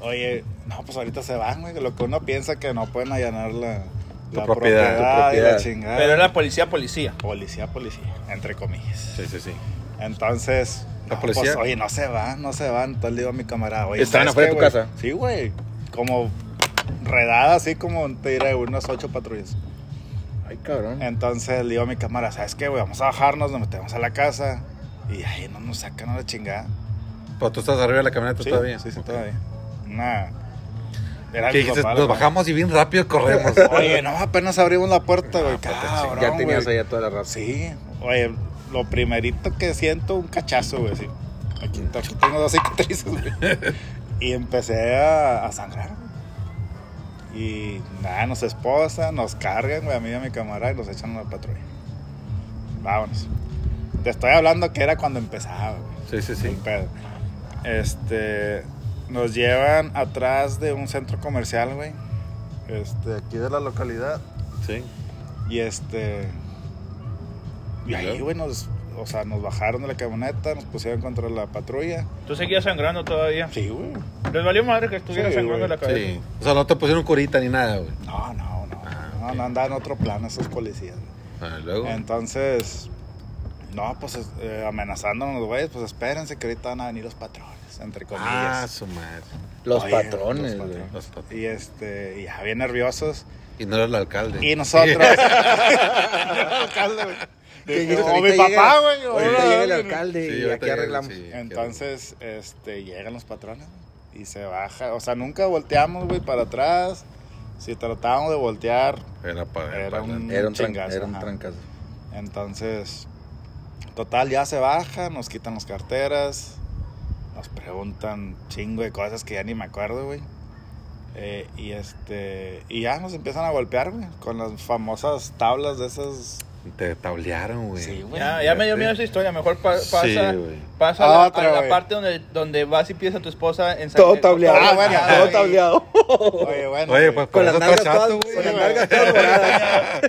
Oye, no, pues ahorita se van, güey. Lo que uno piensa que no pueden allanar la, Tu la propiedad, tu y la propiedad. chingada. Pero era policía, policía. Policía, policía, entre comillas. Sí, sí, sí. Entonces, La no, policía. pues, oye, no se van, no se van. Entonces le digo a mi camarada, oye. ¿Estaban afuera ¿sabes de qué, tu güey? casa? Sí, güey. Como redada, así como te diré, unas ocho patrullas. Ay, cabrón. Entonces le digo a mi cámara, ¿sabes qué, güey? Vamos a bajarnos, nos metemos a la casa. Y ahí no nos sacan a la chingada. Pero Pues tú estás arriba de la camioneta Sí, todavía. Sí, sí, Ok. todavía. Nada. Era ¿Qué mi dijiste? papá, Nos güey. bajamos y bien rápido corremos. [LAUGHS] Oye, no, apenas abrimos la puerta, Ah, güey. pues, Cabrón, ya tenías güey. allá toda la raza. Sí. Oye, lo primerito que siento, un cachazo, güey. sí. Aquí, aquí tengo dos cicatrices, güey. Y empecé a, a sangrar, güey. Y nada, nos esposan, nos cargan, güey, a mí y a mi camarada y nos echan a la patrulla. Vámonos. Te estoy hablando que era cuando empezaba, güey. Sí, sí, Sin sí. pedo. Este. Nos llevan atrás de un centro comercial, güey. Este, aquí de la localidad. Sí. Y este. Y ¿Y ahí, luego? güey, nos. O sea, nos bajaron de la camioneta, nos pusieron contra la patrulla. Tú seguías sangrando todavía. Sí, güey. Les valió madre que estuviera Sí, sangrando güey, la cabeza. Sí. O sea, no te pusieron curita ni nada, güey. No, no, no. Ah, No, ok. no andaban en otro plan esos policías. güey. Ah, y luego. Entonces. No, pues es- eh, amenazándonos, güey, pues espérense que ahorita van a venir los patrones, entre comillas. Ah, su madre. Los Oye, patrones, los güey. patrones. Los pat- Y este, y ya bien nerviosos. Y no era el alcalde. [LAUGHS] Y nosotros. [LAUGHS] alcalde, güey. Que o mi ahorita papá, llega- güey. o Ahorita no, llega el no, no. alcalde Sí, y ahorita aquí llega el- arreglamos. sí, qué Entonces, este, llegan los patrones güey, y se baja. O sea, nunca volteamos, güey, para atrás. Si tratábamos de voltear, bueno. Era para. Era un- Era un, tran- chingazo, era un ajá. trancazo. entonces, total, ya se baja, nos quitan las carteras, nos preguntan chingo de cosas que ya ni me acuerdo, güey. Eh, y este, y ya nos empiezan a golpear, güey, con las famosas tablas de esas Te tablearon, güey. Sí, güey. Ya, ya me dio miedo esa historia. Mejor pa- pasa, Sí, güey. pasa a la- a Otra, la, güey. parte donde, donde vas y pides a tu esposa en San- Todo tableado. Ah, bueno, todo güey. tableado. Oh. Oye, bueno. Oye, pues güey. por Con las eso nalgas está todas- chato, con güey. las Sí, nalgas [LAUGHS] todas doradas.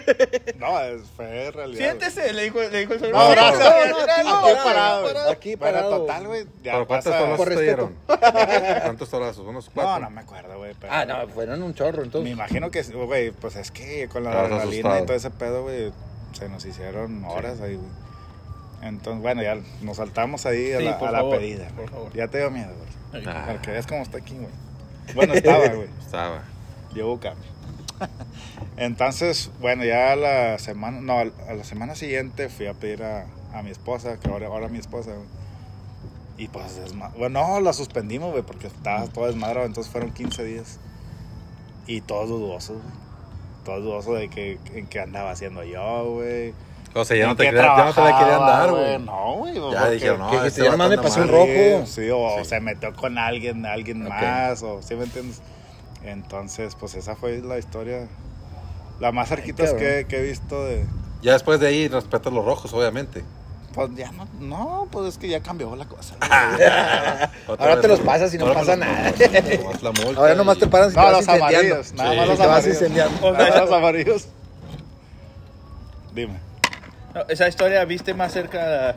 No, es fue realidad. Siéntese, le dijo, le dijo el suegro. No, No, gracias. no, no, aquí, no, aquí no, parado, no, güey. aquí Bueno, parado. total, güey. Ya ¿Pero cuántos pasa- balazos Por te respeto. [LAUGHS] dieron? ¿Cuántos balazos? ¿Unos No, cuatro? no me acuerdo, güey. pero- Ah, no, fueron un chorro, Me entonces. imagino que, güey, pues es que con la Estabas adrenalina asustado. y todo ese pedo, güey, se nos hicieron horas ahí, güey. Entonces, bueno, ya nos saltamos ahí a Sí, la, por a la favor, pedida. por güey. favor. Ya te dio miedo, güey. Ah, Porque ves cómo está aquí, güey. [LAUGHS] Bueno, estaba, güey. Estaba. Llevo cambio. [LAUGHS] Entonces, bueno, ya a la semana, no, a la semana siguiente fui a pedir a, a mi esposa, que ahora, ahora mi esposa, güey. Y pues, desma- bueno, no, la suspendimos, güey, porque estaba todo desmadrado, entonces fueron 15 días. Y todos dudosos, güey. Todos dudosos de que, en qué andaba haciendo yo, güey. O sea, ya no, en te qué querían, ya no te la querían trabajaba, dar, güey. No, güey. Ya porque- dijeron, no, que este dijiste, ya vato nomás me anda pasó un mal. rojo. Sí, o Sí. se metió con alguien, alguien Ok. más, o ¿sí me entiendes? Entonces, pues esa fue la historia, la más cerquita cabrón. que, que he visto de... Ya después de ahí respetas los rojos, obviamente. Pues ya no, no, pues es que ya cambió la cosa. Otra Ahora vez te los los- pasas y no ahora pasa me los- nada. [LAUGHS] Nomás la multa Ahora nomás y- te paran si te no, vas los incendiando. amarillos, nada Sí. más los Te vas amarillos. incendiando. Nada más los amarillos. Dime, No, esa historia viste más cerca la,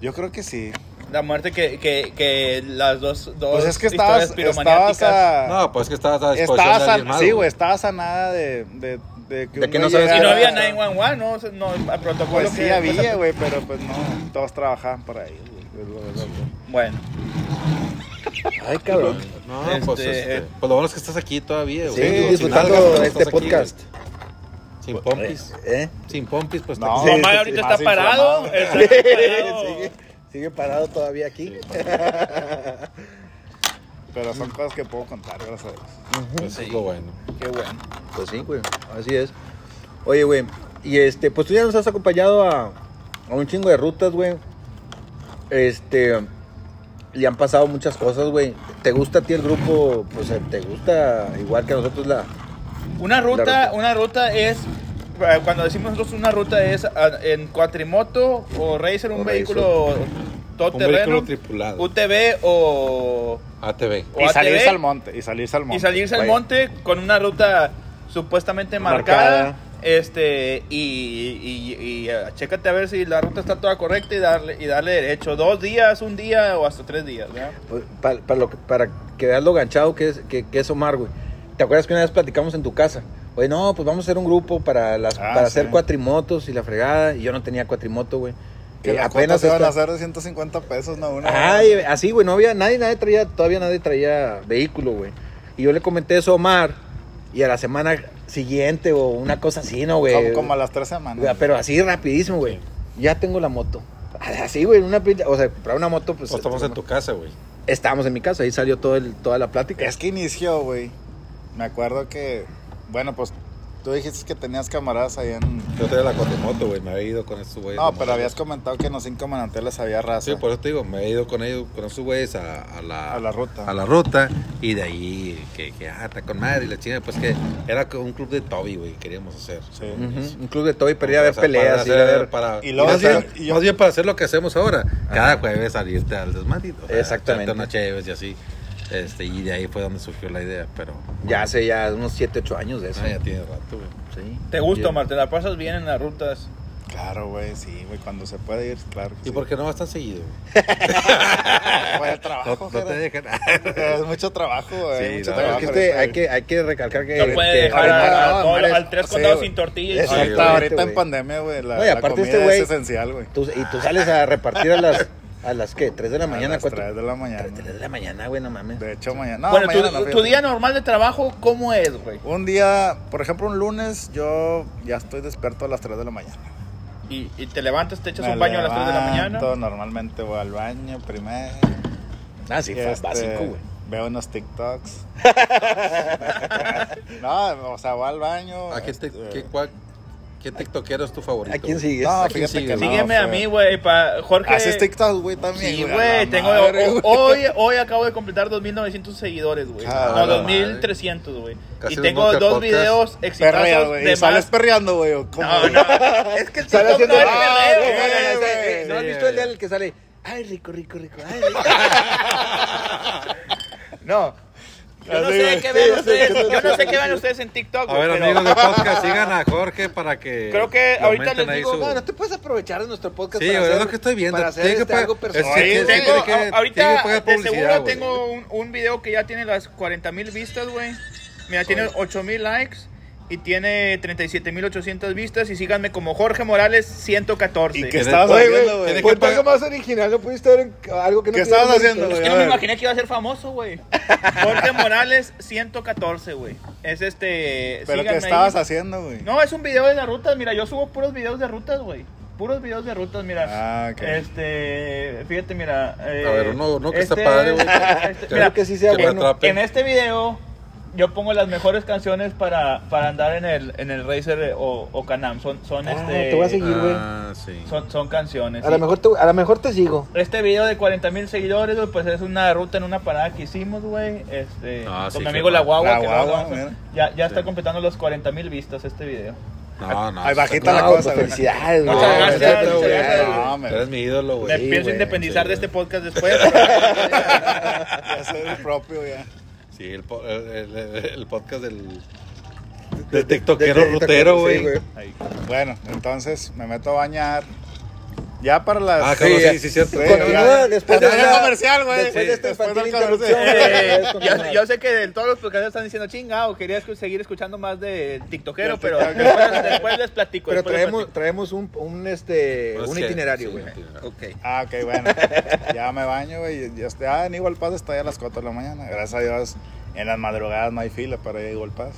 yo creo que sí. la muerte que, que, que las dos, dos Pues es que historias estabas, estabas a... No, pues que estabas a disposición estabas de a- alguien más, sí, güey, estabas a nada de, de, de que, De un que güey no sabes Y llegara- no había 911, ¿no? O sea, no, a protocolo Pues que sí había, güey, pero pues no, todos trabajaban para ahí, güey. Es lo- es lo- Bueno, Ay, cabrón. No, pues, Este- este, pues lo bueno es que estás aquí todavía, güey. Sí, Digo, sin disfrutando nalgas, pero de estás este aquí, güey. podcast. Sin pompis. [LAUGHS] ¿Eh? Sin pompis, pues No. no. Sí, Omar sí, ahorita sí. está Más parado. inflamado. [LAUGHS] está parado. sigue, sigue parado todavía aquí. Pero son cosas que puedo contar, gracias a Dios. Eso es lo pues, bueno. Qué bueno. [LAUGHS] Pues sí, güey, así es. Oye, güey, y este, pues tú ya nos has acompañado a, a un chingo de rutas, güey. Este, y han pasado muchas cosas, güey. ¿Te gusta a ti el grupo? Pues eh, te gusta igual que a nosotros la... Una ruta, ruta. una ruta es eh, cuando decimos nosotros una ruta es ah, en cuatrimoto o racer un O vehículo Un todoterreno, vehículo tripulado. UTV o, ATV. o Y ATV, salirse al monte, y salirse al monte. y salirse al Vaya. monte con una ruta supuestamente marcada, Marcada. este y, y- y, eh, chécate a ver si la ruta está toda correcta y darle y darle derecho dos días, un día o hasta tres días, ¿verdad? Para, para, Pues, lo que- para que veas lo ganchado que es, que, que es Omar, güey. ¿Te acuerdas que una vez platicamos en tu casa? Oye, no, pues vamos a hacer un grupo para, las, Ah, para sí. hacer cuatrimotos y la fregada. Y yo no tenía cuatrimoto, güey. Que Eh, las apenas se van a esta- hacer de 150 pesos, no una. Ay, así, güey, no había, nadie, nadie traía, todavía nadie traía vehículo, güey. Y yo le comenté eso a Omar, y a la semana siguiente, o una cosa así, ¿no, Como- güey? Como, a las tres semanas. Güey, Pero así rapidísimo, güey. Ya tengo la moto. [LAUGHS] Así, güey, en una pinche- o sea, comprar una moto, pues. O este, estamos en tu casa, güey. Estábamos en mi casa, ahí salió todo el, toda la plática. Es que inició, güey. Me acuerdo que, bueno, pues tú dijiste que tenías camaradas ahí en. Yo traía la cuatrimoto, güey. Me había ido con estos güeyes. No, de pero moto. habías comentado que en los cinco manantiales había raza. Sí, por eso te digo, me he ido con ellos, con esos güeyes a, a la, A la ruta. a la ruta, y de ahí, que, que ah, está con madre, y la chingada, pues que era como un club de Toby, güey, que queríamos hacer. Sí. Ujú, Un club de todo y perdí a ver O sea, peleas, ir para a hacer- ver. para- Y luego más, está- bien, más bien para hacer lo que hacemos ahora. Cada jueves salirte al desmadito. Exactamente. Una chéves y así. Este, y de ahí fue donde surgió la idea, pero. Ya hace ya unos 7, 8 años de eso. Ah, ya tiene rato, güey. Sí. ¿Te gusta, Bien. Omar? ¿Te la pasas bien en las rutas? Claro, güey, sí, güey. Cuando se puede ir, claro. ¿Y por qué no vas tan seguido? Fue [LAUGHS] el No, trabajo, no te Jera. [LAUGHS] dejan. [LAUGHS] Es mucho trabajo, güey. Sí, mucho no, Es trabajo. que este, ahorita, hay, güey. que, hay que recalcar que. No Este, puede que- dejar ahorita- a- no, a todo- Omar es- al tres sí, condados güey. sin tortillas. Exacto, Sí, güey. ahorita en güey. pandemia, güey, la, No, y la aparte comida este güey- es esencial, güey. Tú- y tú sales a repartir a las a las que 3 de la mañana, a las 4 3 de la mañana. 3 de la mañana, güey, no mames. De hecho, mañana. No, bueno, mañana tu, no, tu fíjate. día normal de trabajo, ¿cómo es, güey? Un día, por ejemplo, un lunes, yo ya estoy despierto a las 3 de la mañana. Y, y te levantas, te echas Me un baño a las 3 de la levanto, mañana. Normalmente voy al baño primero. Ah, sí, y fa- este, básico, güey. Veo unos [LAUGHS] TikToks. [LAUGHS] no, o sea, voy al baño. ¿A qué, te, este, qué, cuál- ¿Qué tiktokero es tu favorito? ¿A quién [LAUGHS] güey? sigues? No, ¿A quién fíjate sigue? que no, Sígueme a fue- mí, güey, pa- Jorge. Haces TikTok, güey, también. Sí, a güey, la tengo madre, ho- güey. hoy hoy acabo de completar 2900 seguidores, güey. Ah, no, la 2300, güey. Casi Y un tengo monte de dos podcast. videos exitosos Perrea, güey. de Y sales más. perreando, güey. o cómo, No, güey? no. eh, [LAUGHS] Es que el Sale TikTok haciendo- no es Ah, video, güey, güey. güey, güey. ¿No has Sí, visto el güey. del que sale? Ay, rico, rico, rico. Ay, rico. no. Yo no Así, sé güey. qué ven Sí, sí, ustedes. sí, Yo no sí, sé sí, qué sí. ven ustedes en TikTok, A ver, güey, pero- amigos de podcast, sigan a Jorge para que. Creo que le ahorita aumenten les ahí digo, su- bueno, Bueno, tú puedes aprovechar de nuestro podcast. Sí, para güey, es hacer- lo que estoy viendo. Para hacer Tiene que este pa- algo es personal. que- Sí, Sí, tengo- tiene que- a- tiene ahorita que pagar de publicidad, seguro güey. tengo un, un video que ya tiene las 40 mil vistas, güey. Mira, tiene 8 mil likes y tiene 37 mil 800 vistas. Y síganme como Jorge Morales 114. ¿Y que qué estabas Oye, güey, tiene haciendo, güey? que Ponte pagar- algo más original, no pudiste ver en- algo que no pudieron ¿Qué estabas ver en haciendo, Es internet? que no me A ver. imaginé que iba a ser famoso, güey. Jorge Morales 114, güey. Es este. Pero ¿qué síganme estabas ahí. haciendo, güey? No, es un video de las rutas. Mira, yo subo puros videos de rutas, güey. Puros videos de rutas, mira. Ah, ok. eh, Este. Fíjate, mira. eh, A ver, uno- uno que está padre, güey. [LAUGHS] este- Que- mira, que sí sea me bueno. atrapen. en este video yo pongo las mejores canciones para, para andar en el, en el Racer o, o Canam. Son, son, Ah, este, te voy a seguir. Ah, sí. son, son canciones. A lo sí. mejor te- a lo mejor te sigo. Este video de 40 mil seguidores, güey, pues es una ruta en una parada que hicimos, güey. Este, Ah, con sí, mi qué amigo La bueno. Guagua. La que Guagua, vamos a- mira. ya ya está Sí. completando los 40 mil vistas este video. No, no. Ahí está bajita claro. la No, cosa, pues, güey. Felicidades, Muchas güey. No, gracias, neta, muchas güey. gracias, güey. No, [LAUGHS] Eres mi ídolo, Me güey. pienso Pues güey, independizar sí, de este güey. [LAUGHS] podcast después. pero- Ya soy el propio, ya. Sí, el, po- el, el- el podcast del. Del tiktokero rutero, Sí, güey. Ahí. Bueno, entonces me meto a bañar. Ya para las. Ah, cabrón, Sí, sí, sí, cierto. Sí, Continúa ya. después Hasta de el la- comercial, güey. después de esta del infantil comercial. [LAUGHS] interrupción. Eh, Sí, yo, sí. yo sé que de todos los podcasts están diciendo chingado, quería escu- seguir escuchando más de tiktokero, Del pero tiktokero. después, después les platico. Pero después les traemos, platico. traemos un, un, este, Pues un que- itinerario, sí, güey. itinerario. Ok. Ah, ok, [LAUGHS] bueno. Ya me baño, güey. Ya, está- ah, en Igual Paz está ya a las 4 de la mañana. Gracias a Dios, en las madrugadas no hay fila para ir a Igual Paz.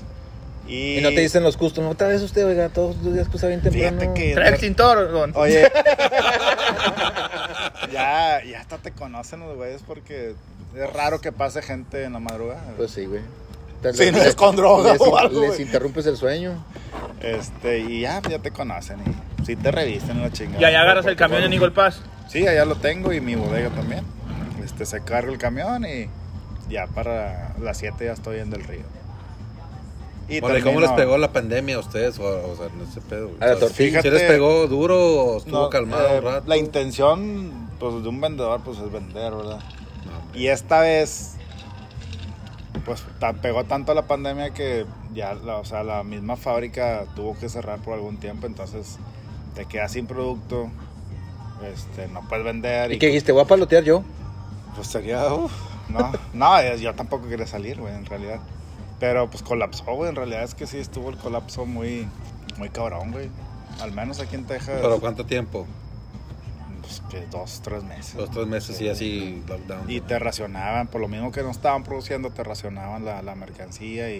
Y, Y no te dicen los custos. No, otra vez usted, oiga, todos los días cruza bien temprano. Fíjate que. Trae extintor, don. [LAUGHS] Oye. ya, ya hasta te conocen los güeyes porque es raro que pase gente en la madrugada. güey. Pues sí, güey. Sí, no es con droga les, o algo, les güey. interrumpes el sueño. Este, y ya, ya te conocen y sí te revisten la chingada. y allá agarras el Porque, camión en bueno, Eagle Pass. Sí, allá lo tengo y mi bodega también. Este, se carga el camión y ya para las 7 ya estoy en del río. Y Bueno, ¿y termino- ¿cómo les pegó la pandemia a ustedes? O, o sea, en ese pedo. güey? A la O sea, tortilla. ¿Sí les Fíjate- pegó duro o estuvo No, calmado eh, un rato? La intención pues, de un vendedor pues, es vender, ¿verdad? No, hombre. Y esta vez, pues ta- pegó tanto la pandemia que ya, la, o sea, la misma fábrica tuvo que cerrar por algún tiempo, entonces te quedas sin producto, este, no puedes vender. ¿Y qué dijiste? ¿Voy a palotear yo? Pues sería, uf, no, no, es- yo tampoco quería salir, güey, en realidad. Pero pues colapsó, güey, en realidad es que sí estuvo el colapso muy, muy cabrón, güey. Al menos aquí en Texas, ¿Pero cuánto tiempo? pues, que dos, tres meses. Los tres meses y así, lockdown. Y te racionaban, por lo mismo que no estaban produciendo, te racionaban la, la mercancía y,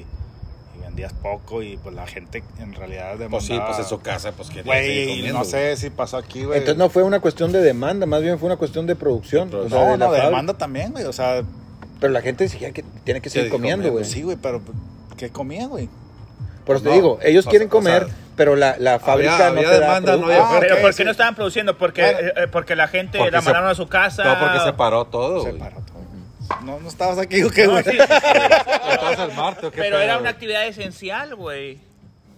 y vendías poco y pues la gente en realidad demandaba... Pues sí, pues en su casa, pues que Güey, no sé si pasó aquí, güey. Entonces no fue una cuestión de demanda, más bien fue una cuestión de producción. De o sea, no, de no, la de fábrica. demanda también, güey. O sea, pues Pero la gente decía que tiene que seguir Sí, comiendo, comiendo, güey. sí, güey, pero ¿qué comía, güey? Por eso te No, digo, ellos o quieren sea, o sea, comer, pero la, la fábrica no había te da demanda, no producto. había Ah, Pero ok, ¿por qué sí. no estaban produciendo? Porque, Bueno. eh, eh, porque la gente Porque la se- mandaron a su casa. No, porque se paró todo, Se güey. paró todo. No, no estabas aquí, ¿o qué, No, güey? sí, sí, sí. ¿Estabas al Marte o qué Pero pedo, era una güey? actividad esencial, güey.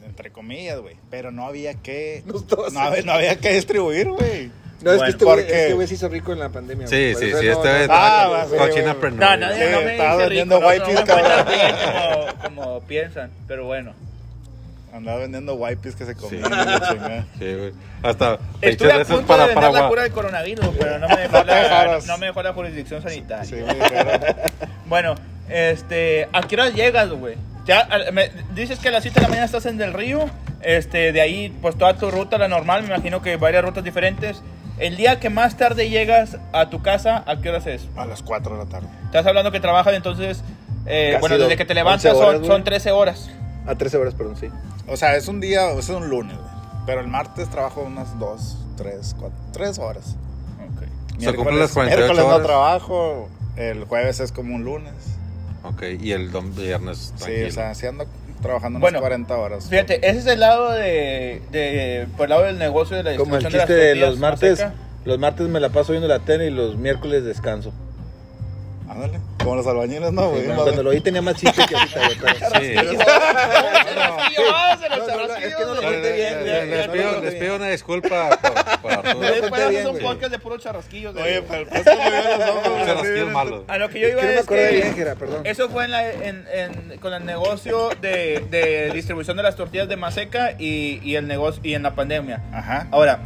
Entre comillas, güey. Pero no había que... [LAUGHS] No estabas no había- no había que distribuir, güey. No, es Bueno, que este güey porque- este güey se hizo rico en la pandemia. güey. Sí, Por sí, eso sí, no- este no- es Ah, va, sí, güey. cochinapreneur. No, no, Sí, no me estaba hice vendiendo rico, no, white no piece, me cuentan cabrón. bien como, como piensan, pero bueno. Andaba vendiendo wipes que se comían. Sí. y la chingada. Sí, güey. Hasta Estuve a pinches de esos punto de para vender la Paraguay. cura del coronavirus, pero no me dejó, te la, dejaras. no me dejó la jurisdicción sanitaria. Sí, güey, pero- Bueno, este, ¿a qué hora llegas, güey? Ya, a- me- dices que a las 7 de la mañana estás en Del Río, este, de ahí, pues toda tu ruta, la normal, me imagino que varias rutas diferentes. El día que más tarde llegas a tu casa, ¿a qué horas es? A las 4 de la tarde. Estás hablando que trabajas, entonces, eh, Casi bueno, desde dos- que te levantas 11 horas, son, son güey. 13 horas. A 13 horas, perdón, sí. O sea, es un día, es un lunes, güey. Pero el martes trabajo unas 2, 3, 4, 3 horas. Se cumplen las 48 miércoles no horas. trabajo. El jueves es como un lunes. Ok, y el dom- viernes Sí, tranquilo. o sea, si ando trabajando unas Bueno, 40 horas. Fíjate, ese es el lado de, de- por el lado del negocio de la Como el distribución chiste las de los tortillas martes, Maseca. [LAUGHS] los martes me la paso viendo la tele y los miércoles descanso. Ándale. Como los albañiles, no, Ah, güey. Sí, no, cuando lo vi tenía más chiste que ahorita, güey, pero- [LAUGHS] Sí. [LAUGHS] Rasquillo, ah, se los No, no, no, es que no rasquillos. lo conté bien, güey. Les- Les No, pido- no, les no, pido una disculpa por- [LAUGHS] por Arturo. No, Después conté haces bien, un güey. podcast de puros charrasquillos. de- Oye, para el próximo video los vamos a Se hacer nos bien. quieren malos. A lo que yo iba Que no me es acordé que bien, Jera, perdón. eso fue en la- en- en- con el negocio de, de distribución de las tortillas de Maseca y, y el negocio y en la pandemia. Ajá. Ahora,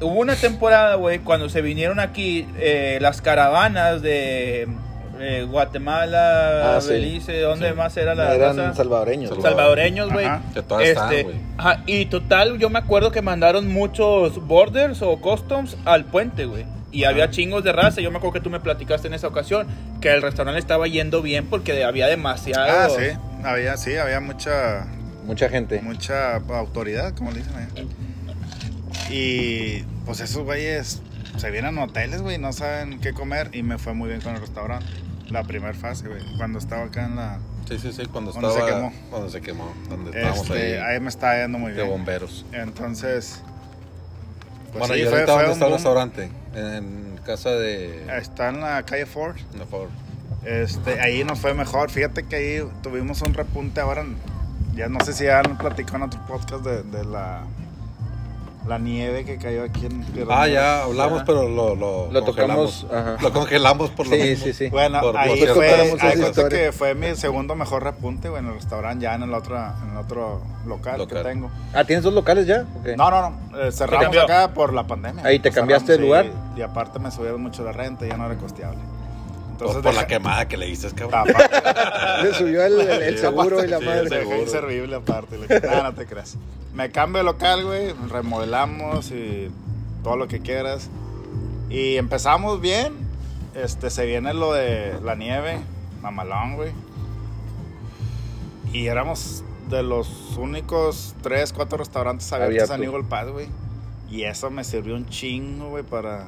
hubo una temporada, güey, cuando se vinieron aquí eh, las caravanas de eh, Guatemala, Ah, sí. Belice, ¿dónde más era la Eran raza? salvadoreños. güey. salvadoreños, güey. Este, Ajá, que todas estaban, güey. ajá, y total, yo me acuerdo que mandaron muchos borders o customs al puente, güey. Y había chingos de raza. Yo me acuerdo que tú me platicaste en esa ocasión que el restaurante estaba yendo bien porque había demasiado. Ah, sí. Había, sí, había mucha, Mucha gente. mucha autoridad, como le dicen allá. Y pues esos güeyes se vienen a hoteles, güey, no saben qué comer. Y me fue muy bien con el restaurante. La primera fase, güey. Cuando estaba acá en la. Sí, sí, sí, cuando Cuando estaba... se quemó. Cuando se quemó. Donde estábamos Este, ahí ahí me estaba yendo muy de bien. bomberos. Entonces. pues, bueno, sí, ¿y fue- ahorita dónde fue un está el boom. Ah, restaurante? En casa de... Está en la calle Ford. No, por favor. Este, ahí nos fue mejor. Fíjate que ahí tuvimos un repunte ahora. en- Ya no sé si ya han platicado en otro podcast de, de la, la nieve que cayó aquí en Piedras Ah, Negras. ya hablamos, Ajá. pero lo, lo, Lo congelamos. tocamos, ajá. Lo congelamos por lo Sí, mismo. sí, sí. Bueno, Por- ahí por- fue, contamos esa ahí cuenta historia. que fue mi segundo mejor repunte güey, en el restaurante, ya en el otro, en el otro local, Local. que tengo. Ah, ¿tienes dos locales ya? Ok. [LAUGHS] No, no, no, eh, cerramos cambió. acá por la pandemia. Ahí te Cerramos, cambiaste de sí, lugar. Y, aparte me subieron mucho la renta, ya no era costeable. Por, Entonces, por la dejé- quemada que le diste, cabrón. [LAUGHS] Aparte- Le subió el, el- el Sí, seguro y la sí, Se madre. sí. dejó Seguro. inservible aparte. le- Nah, no te creas. Me cambio de local, güey. Remodelamos y todo lo que quieras. Y empezamos bien. Este, se viene lo de la nieve, mamalón, güey. Y éramos de los únicos tres, cuatro restaurantes abiertos Abierto. en Eagle Pass, güey. Y eso me sirvió un chingo, güey, para...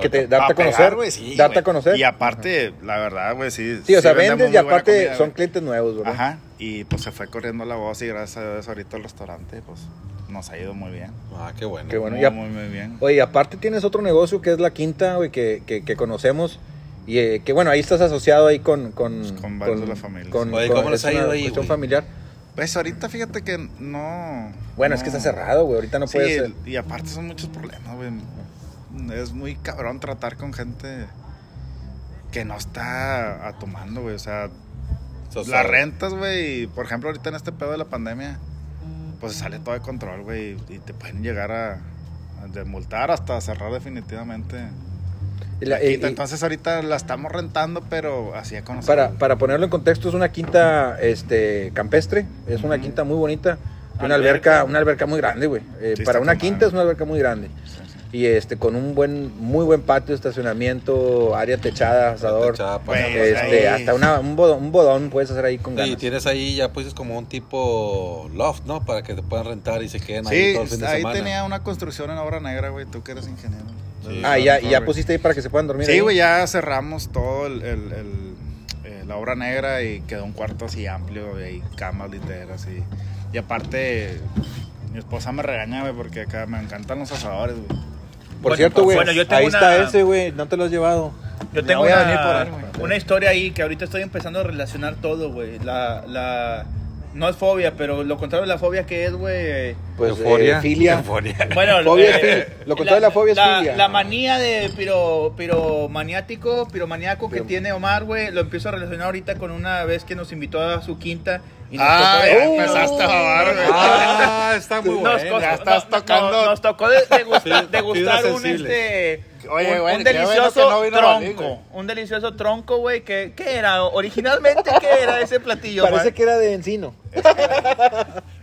Que te, para darte a pegar, conocer. güey, sí, darte güey. a conocer. Y aparte, la verdad, güey, sí. sí, o sea, vendemos vendes y muy buena aparte comida, son güey. clientes nuevos, ¿verdad? Ajá, y pues se fue corriendo la voz y gracias a Dios ahorita el restaurante pues nos ha ido muy bien. Ah, qué bueno. Qué bueno. muy, ya- pues muy, muy bien. Oye, y aparte tienes otro negocio que es La Quinta, güey, que, que, que conocemos. Y eh, que bueno, ahí estás asociado ahí con... Con, Pues con varios de la familia. Oye, ¿cómo les es ha ido una ahí, cuestión güey? familiar. Pues ahorita fíjate que no... Bueno, no- es que está cerrado, güey. Ahorita no sí, puedes... eh, y aparte son muchos problemas, güey. Es muy cabrón tratar con gente que no está atomando, güey. O sea, Pues, Eso las eh, sabe. rentas, güey, y, por ejemplo ahorita en este pedo de la pandemia, pues sale todo de control, güey, y te pueden llegar a, a desmultar hasta cerrar definitivamente. y la- La eh, y- quinta, y- entonces ahorita la estamos rentando, pero así a conocer. Para, para ponerlo en contexto, es una quinta este, campestre, es una Ujú. quinta muy bonita, una Alberca. alberca, una alberca muy grande, güey. Eh, Sí, está para una con quinta madre. es una alberca muy grande. Sí, sí. Y este, con un buen, muy buen patio, estacionamiento, área techada, asador. Chapa. Güey, Pues Este, ahí. hasta una- un, bodón, un bodón puedes hacer ahí con Y ganas. tienes ahí, ya pues es como un tipo loft, ¿no? Para que te puedan rentar y se queden ahí Sí, todo el fin de ahí semana. tenía una construcción en obra negra, güey, tú que eres ingeniero. Sí. ah, y ya, y ya pusiste ahí para que se puedan dormir. Sí, ahí. güey, ya cerramos todo el, el- el- eh, la obra negra y quedó un cuarto así amplio, y hay camas, literas y... Y aparte, mi esposa me regaña, güey, porque acá me encantan los asadores, güey. Por Bueno, cierto, pues, güey, bueno, yo tengo ahí está una- ese, güey, no te lo has llevado. Yo Me tengo voy a una, venir por él, güey. una historia ahí que ahorita estoy empezando a relacionar todo, güey. La, la, no es fobia, pero lo contrario de la fobia que es, güey. Pues, Euforia. eh, filia. Euforia. Bueno, [LAUGHS] eh, Fobia es fili- lo contrario de la fobia es la, filia. La manía de piro, piromaniático, piromaniaco que Piro- tiene Omar, güey, lo empiezo a relacionar ahorita con una vez que nos invitó a su quinta. Y nos Ah, tocó- ya ¡Oh! empezaste a babar, [LAUGHS] güey. Ah, está muy Nos bueno. costó- ya estás no- no- tocando. Nos tocó de- degus- Fibra degustar un sensible. este. Oye, un, bueno, un qué bueno delicioso que no vino tronco. Dalí, güey. un delicioso tronco, güey. Que, ¿Qué era? Originalmente, ¿qué era ese platillo? Parece güey? que era de encino.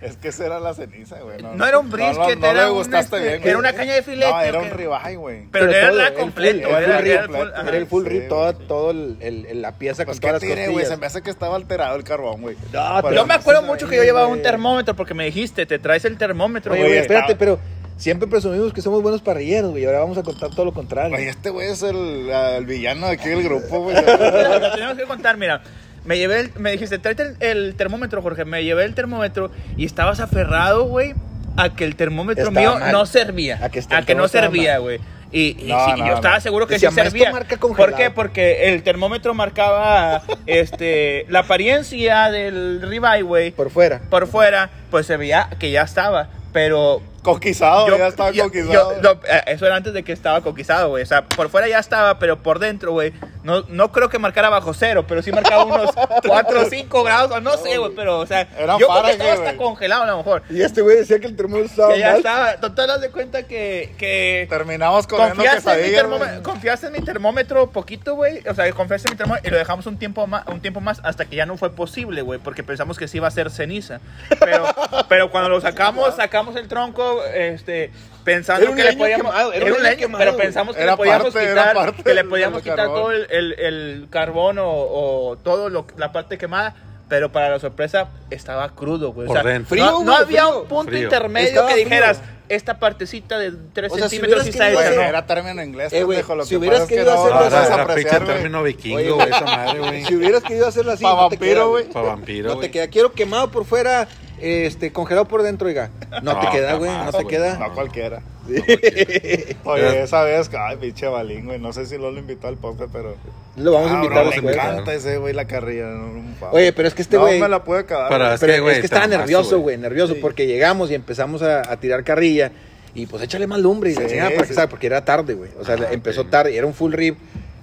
Es que esa era la ceniza, güey. No era un brisket, no, no era le un, gustaste este, bien, güey. era una caña de filete, No, era ¿o un qué? ribeye, güey. Pero Pero era todo, la el full- completo. el full Era era rib el full. completo, ajá. Era el full Sí, rib, güey, toda, sí. todo el, el- el- la pieza con Pues, ¿qué todas las tiene, güey? costillas. Se me hace que estaba alterado el carbón, güey. No, Por Ah, pero Yo eso me no acuerdo se mucho ve que yo llevaba güey. un termómetro porque me dijiste, te traes el termómetro, Oye, güey. güey, Oye, espérate, estaba- pero siempre presumimos que somos buenos parrilleros, güey. Ahora vamos a contar todo lo contrario. [LAUGHS] Oye, este güey es el, el villano de aquí del grupo, güey. Lo tenemos que contar, mira. Me llevé el- me dijiste, tráete el, el termómetro, Jorge. Me llevé el termómetro y estabas aferrado, güey, a que el termómetro Estaba mío mal. no servía. A A que que, este- el no termómetro estaba servía, mal. güey. Y, y No, sí, y no, yo no. estaba seguro que Decía, sí "Ma, esto servía. marca ¿Por congelado". qué? Porque el termómetro marcaba este, la apariencia del ribeye, güey. Por fuera. Por fuera, pues se veía que ya estaba. Pero Coquizado, yo- Oh, ya estaba yo- coquizado. yo- no, eh, eso era antes de que estaba coquizado, güey. O sea, por fuera ya estaba, pero por dentro, güey. No, no creo que marcara bajo cero, pero sí marcaba [LAUGHS] unos 4 o 5 grados. o No sé, güey, pero, o sea, Era yo creo que Fahrenheit, estaba hasta güey. congelado a lo mejor. Y este güey decía que el termómetro estaba Que ya mal. estaba. Total, haz de cuenta que. que Terminamos comiendo Confiaste en, mi quesadillas. termóme- güey. confiaste en mi termómetro poquito, güey. O sea, confiaste en mi termómetro y lo dejamos un tiempo más, un tiempo más hasta que ya no fue posible, güey, porque pensamos que sí iba a ser ceniza. [LAUGHS] Pero, pero cuando lo sacamos, sacamos el tronco, este, pensando Era un que le leño podíamos, quemado, era era un un leño leño, quemado, pero güey. pensamos que Era le podíamos parte- era quitar, parte que le del- podíamos del quitar carbón. todo el, el- el carbón o, o todo lo, la parte quemada. Pero para la sorpresa estaba crudo, güey. O Por sea, dentro. no- Frío, no, güey, había frío. un punto Frío. intermedio Estaba que frío. dijeras, esta partecita de 3 O sea, si centímetros hubieras sí está querido hecha, Güey, ¿no? hacer- era término inglés, Eh, güey, pendejo, lo si que hubieras pasa es que querido no, hacer no No, los- sabes era, era apreciar, pinche güey. término Oye, vikingo, güey. güey, esa madre, güey. Si hubieras querido hacerlo así, Pa' no te vampiro, queda, güey. Pa' vampiro, No te güey. queda. Quiero quemado por fuera, este, congelado por dentro, oiga. No, te No, queda, güey. jamás, No te güey. queda. [LAUGHS] No cualquiera. Porque- Oye, esa vez, ay, pinche balín, güey. No sé si lo invitó al podcast, pero. Lo vamos a Ah, invitar bro, me después. encanta ese, güey, la carrilla. no, un pavo. Oye, pero es que este güey- No me la pude acabar. Para- güey. Es Pero que, es que, güey, te estaba mamaste, nervioso, güey. güey, nervioso, porque llegamos y empezamos a, a tirar carrilla. Y pues échale más lumbre, y la Sí, chingada, para sí. que sabe, porque era tarde, güey. O sea, Ah, empezó ok. tarde, era un full rip,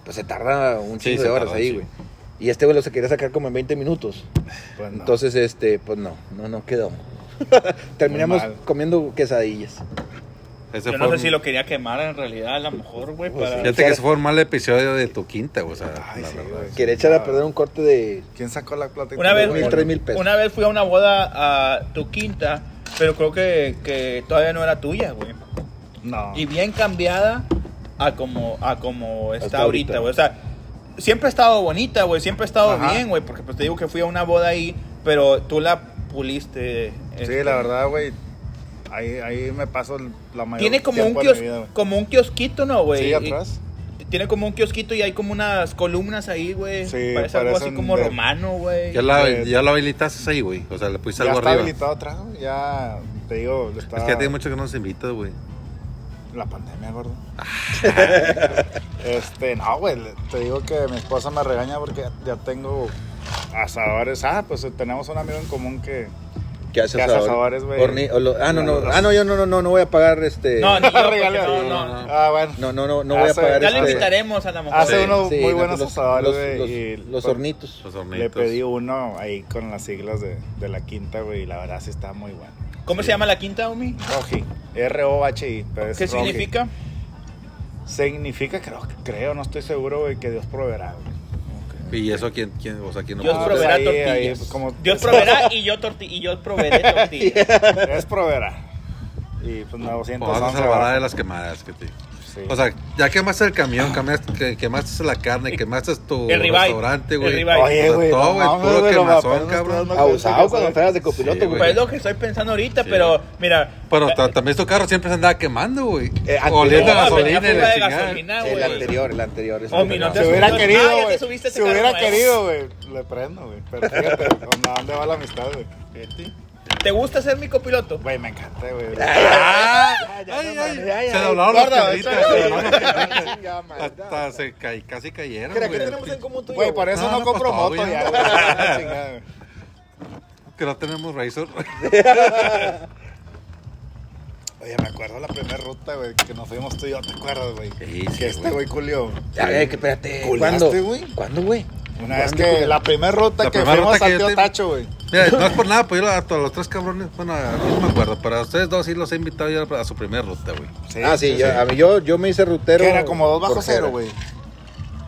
pues se tarda un Sí, chingo se de horas tardó, ahí, sí. güey. Y este güey lo se quería sacar como en 20 minutos. Pues no. Entonces, este, pues no, no, no [LAUGHS] quedó. Terminamos Muy mal. comiendo quesadillas. Ese Yo fue no sé un- si lo quería quemar en realidad, a lo mejor, güey, Pues para... Fíjate que ese fue un mal episodio de tu quinta, güey, o sea, Ay, la sí, verdad. güey. Quería echar a perder un corte de ¿Quién sacó la plata? y Una todo, vez, Mil, güey? tres mil pesos. Una vez fui a una boda a tu quinta, pero creo que, que todavía no era tuya, güey. No. Y bien cambiada a como, a como está Hasta ahorita. ahorita, güey. O sea, siempre ha estado bonita, güey. Siempre ha estado Ajá. bien, güey. Porque pues te digo que fui a una boda ahí, pero tú la puliste. Sí, este, la verdad, güey. Ahí, ahí me paso la mayor Tiene como un, tiempo de mi kios- vida, güey. como un kiosquito, ¿no, güey? Sí, Y- atrás. Tiene como un kiosquito y hay como unas columnas ahí, güey. Sí, Parece algo así parecen como de- romano, güey. Ya la, Eh, ya lo habilitaste ahí, güey. O sea, le pusiste Ya algo está arriba. habilitado atrás, güey. Ya, te digo, está... Es que ya tiene mucho que no nos invitas, güey. La pandemia, [LAUGHS] gordo. este, no, güey, le- te digo que mi esposa me regaña porque ya- ya tengo asadores. Ah, pues tenemos un amigo en común que... que hace ¿Qué hace asadores, asadores, güey? horni- o lo- Ah, no, no. No, no. Ah, no, yo no, no, no, no voy a pagar este. No, ni yo, porque Regala- no, no, no. Ah, bueno. No, no, no, no voy a Hace- pagar Ya este. lo invitaremos a la mejor. Hace Sí. unos Sí, muy pues, no, buenos los- asadores, los- güey. los- y, Los pues, hornitos. Los Le hornitos. pedí uno ahí con las siglas de, de la quinta, güey, y la verdad sí está muy bueno. ¿Cómo se llama la quinta, Omi? Roji, R-O-H-I. pero es ¿Qué Roji. significa? Significa, creo, creo, no estoy seguro, güey, que Dios proveerá, güey. ¿Y eso quién, quién, o sea, quién lo Dios pues puso? proveerá ahí- tortillas. ahí, pues, como- [LAUGHS] Dios proveerá y yo, torti y yo proveeré tortillas. Es proveerá. Y pues 900 Pues vas a salvar de las quemadas que te... O sea, ya quemaste el camión, quemaste, que- quemaste [LAUGHS] la carne, quemaste tu Ah. El ribeye. restaurante, El güey. ribeye. Oye, Oye, güey, todo, no güey, mames, puro güey, lo quemazón, apenas cabrón. estoy dando- Abusado Ah, cuando traes de Sí, copiloto, güey. güey. Pues es lo que estoy pensando ahorita, Sí. pero mira. Pero eh, ta- también tu carro siempre se andaba quemando, güey. Eh, antes- Oliendo a No, gasolina venía y fuga la de chingada. gasolina, Sí, güey. el anterior, el anterior. ese Homie, que no no. te Se hubiera Ah, ya querido, te güey. subiste ese Se hubiera carro, güey. querido, güey. Le prendo, güey. Pero [LAUGHS] fíjate, ¿a dónde va la amistad, güey? ¿Te gusta ser mi copiloto? Güey, me encanta, güey. ¡Ah! [LAUGHS] ya, Ay, no, ay, ya, ya, Se ya. doblaron las Gordo, piedritas, eso- se doblaron las [LAUGHS] piedritas. Chinga madre. Hasta se caí, casi cayeron, Mira, ¿qué güey. tenemos en común tú y yo, Güey, por eso No, no, no, compro pues, moto obvio. [LAUGHS] ya, güey. La chingada, güey. Que no tenemos Razor. Oye, me acuerdo la primera ruta, güey, que nos fuimos tú y yo, ¿te acuerdas, güey? [LAUGHS] Sí, sí, que este güey. güey culió. A ver, eh, que espérate. ¿Cuándo? ¿Cuándo? ¿Cuándo, güey? Una vez ¿Cuándo, que culiaste? la primera ruta La que primera fuimos ruta que al yo tío te- Tacho, güey. Mira, no es por nada, pues yo a todos los tres cabrones, bueno, a mí no me acuerdo, pero a ustedes dos sí los he invitado ya a su primera ruta, güey. ah, sí, yo, a mí, yo, yo me hice rutero. Que era como dos bajo corjera. cero, güey.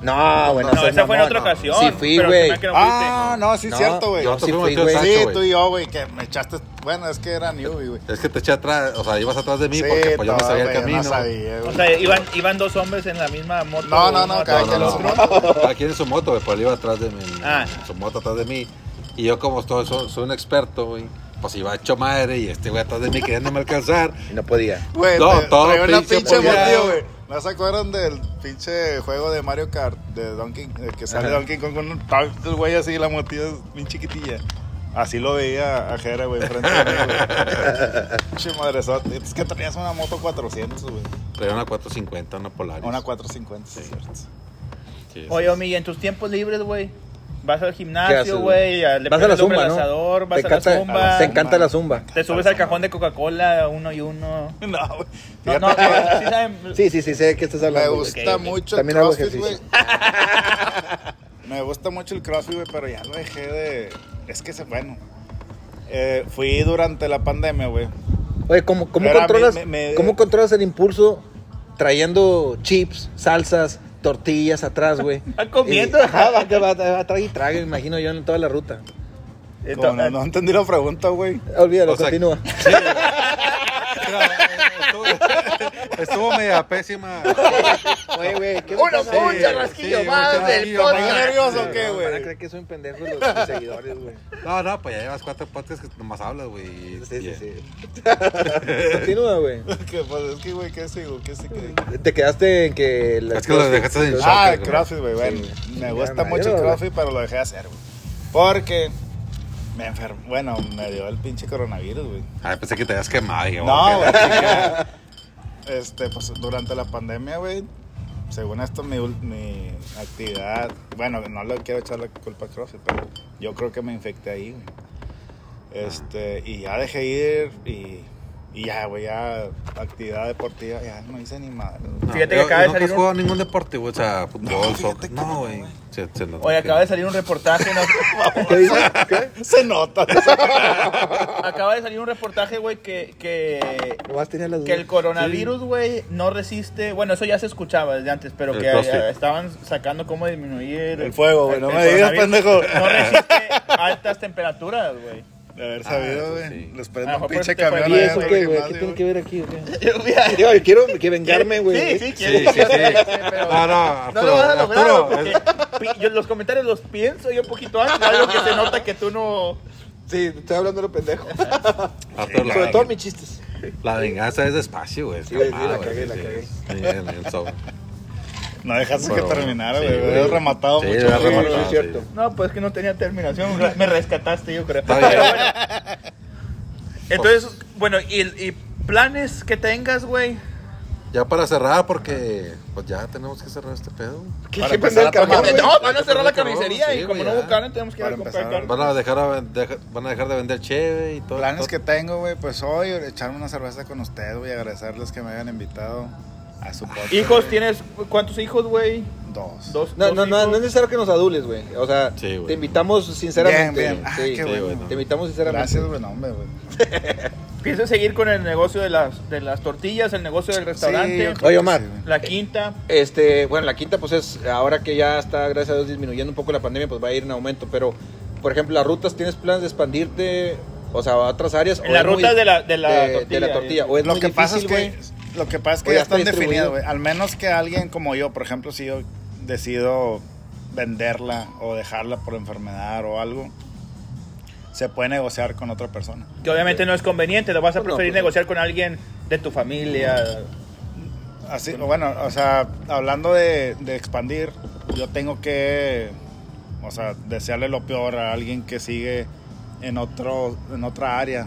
No, bueno, No, esa fue en otra ocasión. Sí fui, pero güey. se me que no Ah, fuiste. no, sí, No, cierto, güey. yo- Nosotros sí fuimos fui, tío güey. Sancho, Sí, güey. tú y yo, güey, que me echaste. Bueno, es que era newbie, güey. Es que te eché atrás, o sea, ibas atrás de mí Sí, porque pues, yo no no, sabía el güey, yo camino. No sabía, O güey. sea, iban, iban dos hombres en la misma moto. No, no, uno no, atrás cada quien del en otro. su moto. Aquí en su moto, güey, pero él iba atrás de mí. en- Ah. en Su moto atrás de mí. Y yo, como estoy, soy, soy un experto, güey, pues iba hecho madre y este güey atrás de mí queriéndome alcanzar. Y no podía. Güey, No, te- todo traía una pinche pinche apoyado. motivo, güey. ¿No se acuerdan del pinche juego de Mario Kart de Donkey de que sale Ajá. Donkey Kong con un el güey así y la motilla es bien chiquitilla? Así lo veía a Jera, güey, frente a mí, [LAUGHS] güey. Pinche madrezote. Es que tenías una moto 400, güey. Traía una 450, una Polaris. Una 450, sí, es cierto. Sí, sí. Oye, Omi, ¿y en tus tiempos libres, güey. Vas al ¿Qué haces, gimnasio, güey. a- le Vas a la pegas el zumba, ¿no? abrazador, Te Vas a la encanta- zumba. Te encanta la zumba. Te subes al cajón de Coca-Cola, uno y uno. [LAUGHS] No, güey. No, Fíjate no, que sí saben. [LAUGHS] Sí, sí, sí, sé de qué estás me hablando. güey. gusta ok, ok. mucho También el hago CrossFit, güey. ejercicio. [LAUGHS] Me gusta mucho el CrossFit, güey, pero ya lo dejé de... Es que, se- bueno, eh, fui durante la pandemia, güey. Oye, ¿cómo, cómo Pero a mí controlas, me- me- ¿cómo controlas el impulso trayendo chips, salsas, tortillas [LAUGHS] atrás, güey? Va comiendo. Y- Ajá, va, va, va, va, trague y trague, me imagino yo en toda la ruta. Como no, Entonces, no entendí la pregunta, güey. [LAUGHS] Olvídalo, O sea, continúa. [LAUGHS] Estuvo, estuvo media pésima. Oye, güey, ¿qué Uno, pasa, güey? un charrasquillo sí, más un del charrasquillo ¿Estás podcast. nervioso o qué, Van a güey? creer que soy un pendejo los mis seguidores, güey. No, no, pues ya llevas cuatro podcasts que nomás hablas, güey. Sí, sí, Bien. sí. [LAUGHS] Continúa, güey. Que, pues, es que, güey, ¿qué sigo? ¿Qué sigo? Te quedaste en que... la- Es que lo dejaste en shock. Ah, güey. el CrossFit, güey. Bueno, me Ya, gusta madre, mucho el güey. CrossFit, pero lo dejé de hacer, güey. Porque me enfermé. Bueno, me dio el pinche coronavirus, güey. Ay, Ah, pensé que te habías quemado. dije, No, bueno, güey. que- este, pues durante la pandemia, güey, según esto, mi, ul- mi actividad. Bueno, no le quiero echar la culpa a CrossFit, pero yo creo que me infecté ahí, güey. Este, y ya dejé ir y, y ya, güey, ya actividad deportiva, ya no hice ni madre. güey. No, Fíjate que yo- acaba de salir yo Nunca un- has jugado ningún deporte, güey. O sea, fútbol, fíjate soccer. que No, no, güey. güey. Se- se nota Oye, que- acaba de salir un reportaje. ¿no? [LAUGHS] ¿Qué dices? ¿Qué? [LAUGHS] Se nota. Acaba de salir un reportaje, güey, que, que, Nomás tenía las que el coronavirus, güey, no resiste. Bueno, eso ya se escuchaba desde antes, pero El que CrossFit. eh, estaban sacando cómo disminuir El fuego, güey, no me digas, coronavirus. pendejo. No resiste altas temperaturas, güey. De haber Ah, sabido, eso güey. sí. Les Ah, prendo un fue por pinche este camión país. ¿Y ahí eso en el qué, güey? ¿Qué gimnasio, tiene que ver aquí? o qué? [LAUGHS] Sí, Yo quiero que vengarme, güey. sí, Sí, quiere. [LAUGHS] sí, sí. [LAUGHS] pero- No, no, No Arturo, lo vas a lograr, Arturo, porque es- pi- yo los comentarios los pienso yo un poquito antes, algo que se nota que tú no... Sí, estoy hablando de lo pendejo. Arturo, la- Sobre todo mis chistes. La venganza es despacio, güey. Sí, güey, sí, calmado, la güey, cagué, la sí, cagué. sí. Sí, en el sobre. No dejaste Pero que bueno, terminara, sí, güey. güey. He rematado Sí, mucho. lo he güey. rematado, sí, es cierto. sí. No, pues que no tenía terminación, re- me rescataste yo creo. Está bien. Pero bueno. Entonces, bueno, y, y planes que tengas, güey. Ya para cerrar, porque pues ya tenemos que cerrar este pedo. ¿Qué Para qué empezar pendejo a tomar, cabrón, güey. No, van a cerrar la Sí, güey, carnicería y ya. como no hubo carne tenemos que ir a Para comprar empezar. carne. Van a dejar, a ven- deja- van a dejar de vender cheve y todo. Planes todo- que tengo, güey, pues hoy echarme una cerveza con usted, güey, agradecerles que me hayan invitado a su podcast. Hijos, güey. ¿tienes cuántos hijos, güey? Dos. Dos. No, dos no, no, hijos. no es necesario que nos adules, güey. O sea, Sí, güey. te invitamos sinceramente. Bien, bien. Ah, Sí, sí, qué bueno. güey. Te invitamos sinceramente. Gracias, güey, no, hombre, güey. Pienso seguir con el negocio de las, de las tortillas, el negocio del restaurante, yo creo Oye, que Omar. sí, güey. la quinta. Este, bueno, la quinta, pues es ahora que ya está, gracias a Dios, disminuyendo un poco la pandemia, pues va a ir en aumento. Pero, por ejemplo, las rutas, ¿tienes planes de expandirte? O sea, a otras áreas. En ¿O las es muy- rutas de la- de la tortilla, la tortilla. eh. O es lo muy que pasa es difícil, que güey. lo que pasa es que O ya ya está está definido, distribuido. güey. Al menos que alguien como yo, por ejemplo, si yo decido venderla o dejarla por enfermedad o algo, se puede negociar con otra persona. Que obviamente no es conveniente, lo vas a No, preferir pues, negociar con alguien de tu familia. Así, bueno, o sea, hablando de, de expandir, yo tengo que, o sea, desearle lo peor a alguien que sigue en otro, en otra área.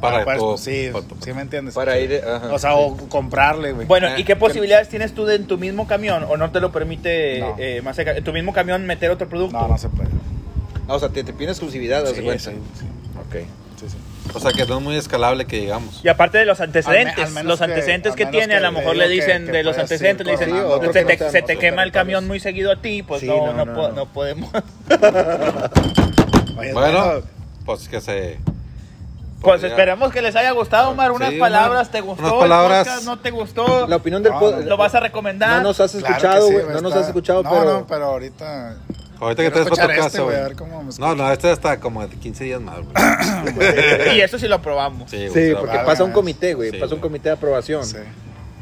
Para Pues, todo. sí, para todo. sí me entiendes. Para ir. ajá. o sea, o comprarle, güey. Bueno, ¿y Ah, qué que- posibilidades tienes tú de en tu mismo camión? ¿O no te lo permite No. eh, más cerca- en tu mismo camión meter otro producto? no, no se puede. Ah, o sea, te, te piden exclusividad, Sí, sí, cuenta. sí, sí, Ok. sí, sí. O sea, que no es muy escalable que digamos. Y aparte de los antecedentes, Al me- al menos los que- antecedentes al que, menos tiene, que a lo le mejor digo le dicen que- que de los puedes ir antecedentes, le dicen, coronando "No, pues otro se que te, no te- se no te te quema el territorios". camión muy seguido a ti, pues Sí, no, no, no, no, Pues po- no. no podemos. [LAUGHS] Oye, Bueno, pues que se. Pues ya. esperamos que les haya gustado, Omar. Unas Sí, Omar, palabras, ¿te gustó? unas el palabras. podcast? ¿No te gustó? La opinión del. No, po- pues, no, ¿Lo vas a recomendar? No nos has claro que escuchado, sí, güey. güey, no nos está- has escuchado, no, pero. No, pero ahorita. Ahorita que Quiero traes escuchar otro este, caso, güey, a güey. ver cómo me escucha. No, no, este está como de 15 días más, [LAUGHS] güey. y eso sí lo probamos. Sí, güey, Sí, se la porque verdad. pasa un comité, güey. Sí, pasa un güey. comité de aprobación. Sí.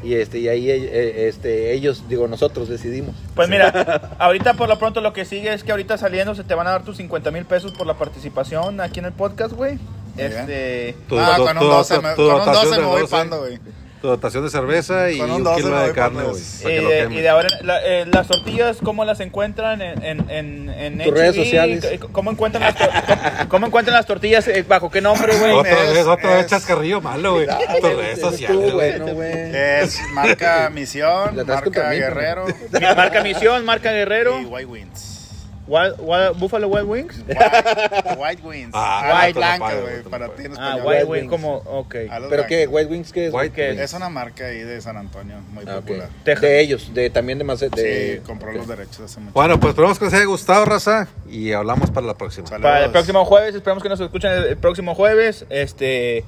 Y este, y ahí eh, este, ellos, digo, nosotros decidimos. Pues mira, ahorita por lo pronto lo que sigue es que ahorita saliendo se te van a dar tus 50 mil pesos por la participación aquí en el podcast, güey. Muy bien. Este. Tu- ah, tu- con tu- un 12 tu- me, tu con un dotación 12 me de voy 12. pando, güey. tu dotación de cerveza y Con un un 12 kilo me de voy carne, por güey. pues, dos. para Y que lo de, quemen. y de ahora, la- eh, las tortillas, ¿cómo las encuentran en, en, en, en Tus redes HEB? sociales. ¿Cómo encuentran las, tor- cómo encuentran las tortillas? Eh, ¿Bajo qué nombre, güey? Otra es- vez, otra vez es- chascarrillo malo, güey. Tus redes Estuvo sociales, güey. bueno, güey. Es marca Misión, La traes con marca permiso, Guerrero Mi- Marca Misión, marca y Guerrero, White Wings. Wild- Wild- Buffalo Wild Wings. White, White Wings. Ah, Ah, White blanca, Lampard, güey, White para Lampard. ti en Ah, español. Wild Wild Wings, Wings. como, ok. Alas ¿Pero qué? blancas. ¿White Wings qué es? güey? White Wings. Es una marca ahí de San Antonio, muy Ah, ok. popular. Texas. De ellos, de, también de Mace- de Sí, compró los derechos hace mucho. Bueno, pues esperamos que les haya gustado, raza. Y hablamos para la próxima. Saludos. Para el próximo jueves, esperamos que nos escuchen el, el próximo jueves. Este,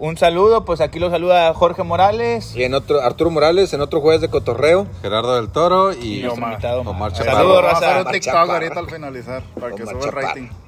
un saludo, pues aquí lo saluda Jorge Morales. Y en otro, Arturo Morales, en otro jueves de Cotorreo. Gerardo del Toro y nuestro Omar. Ah, invitado, Omar Omar. Chaparro. Saludos, Vamos a hacer raza. un TikTok ahorita al finalizar para que Omar suba el Chaparro. rating.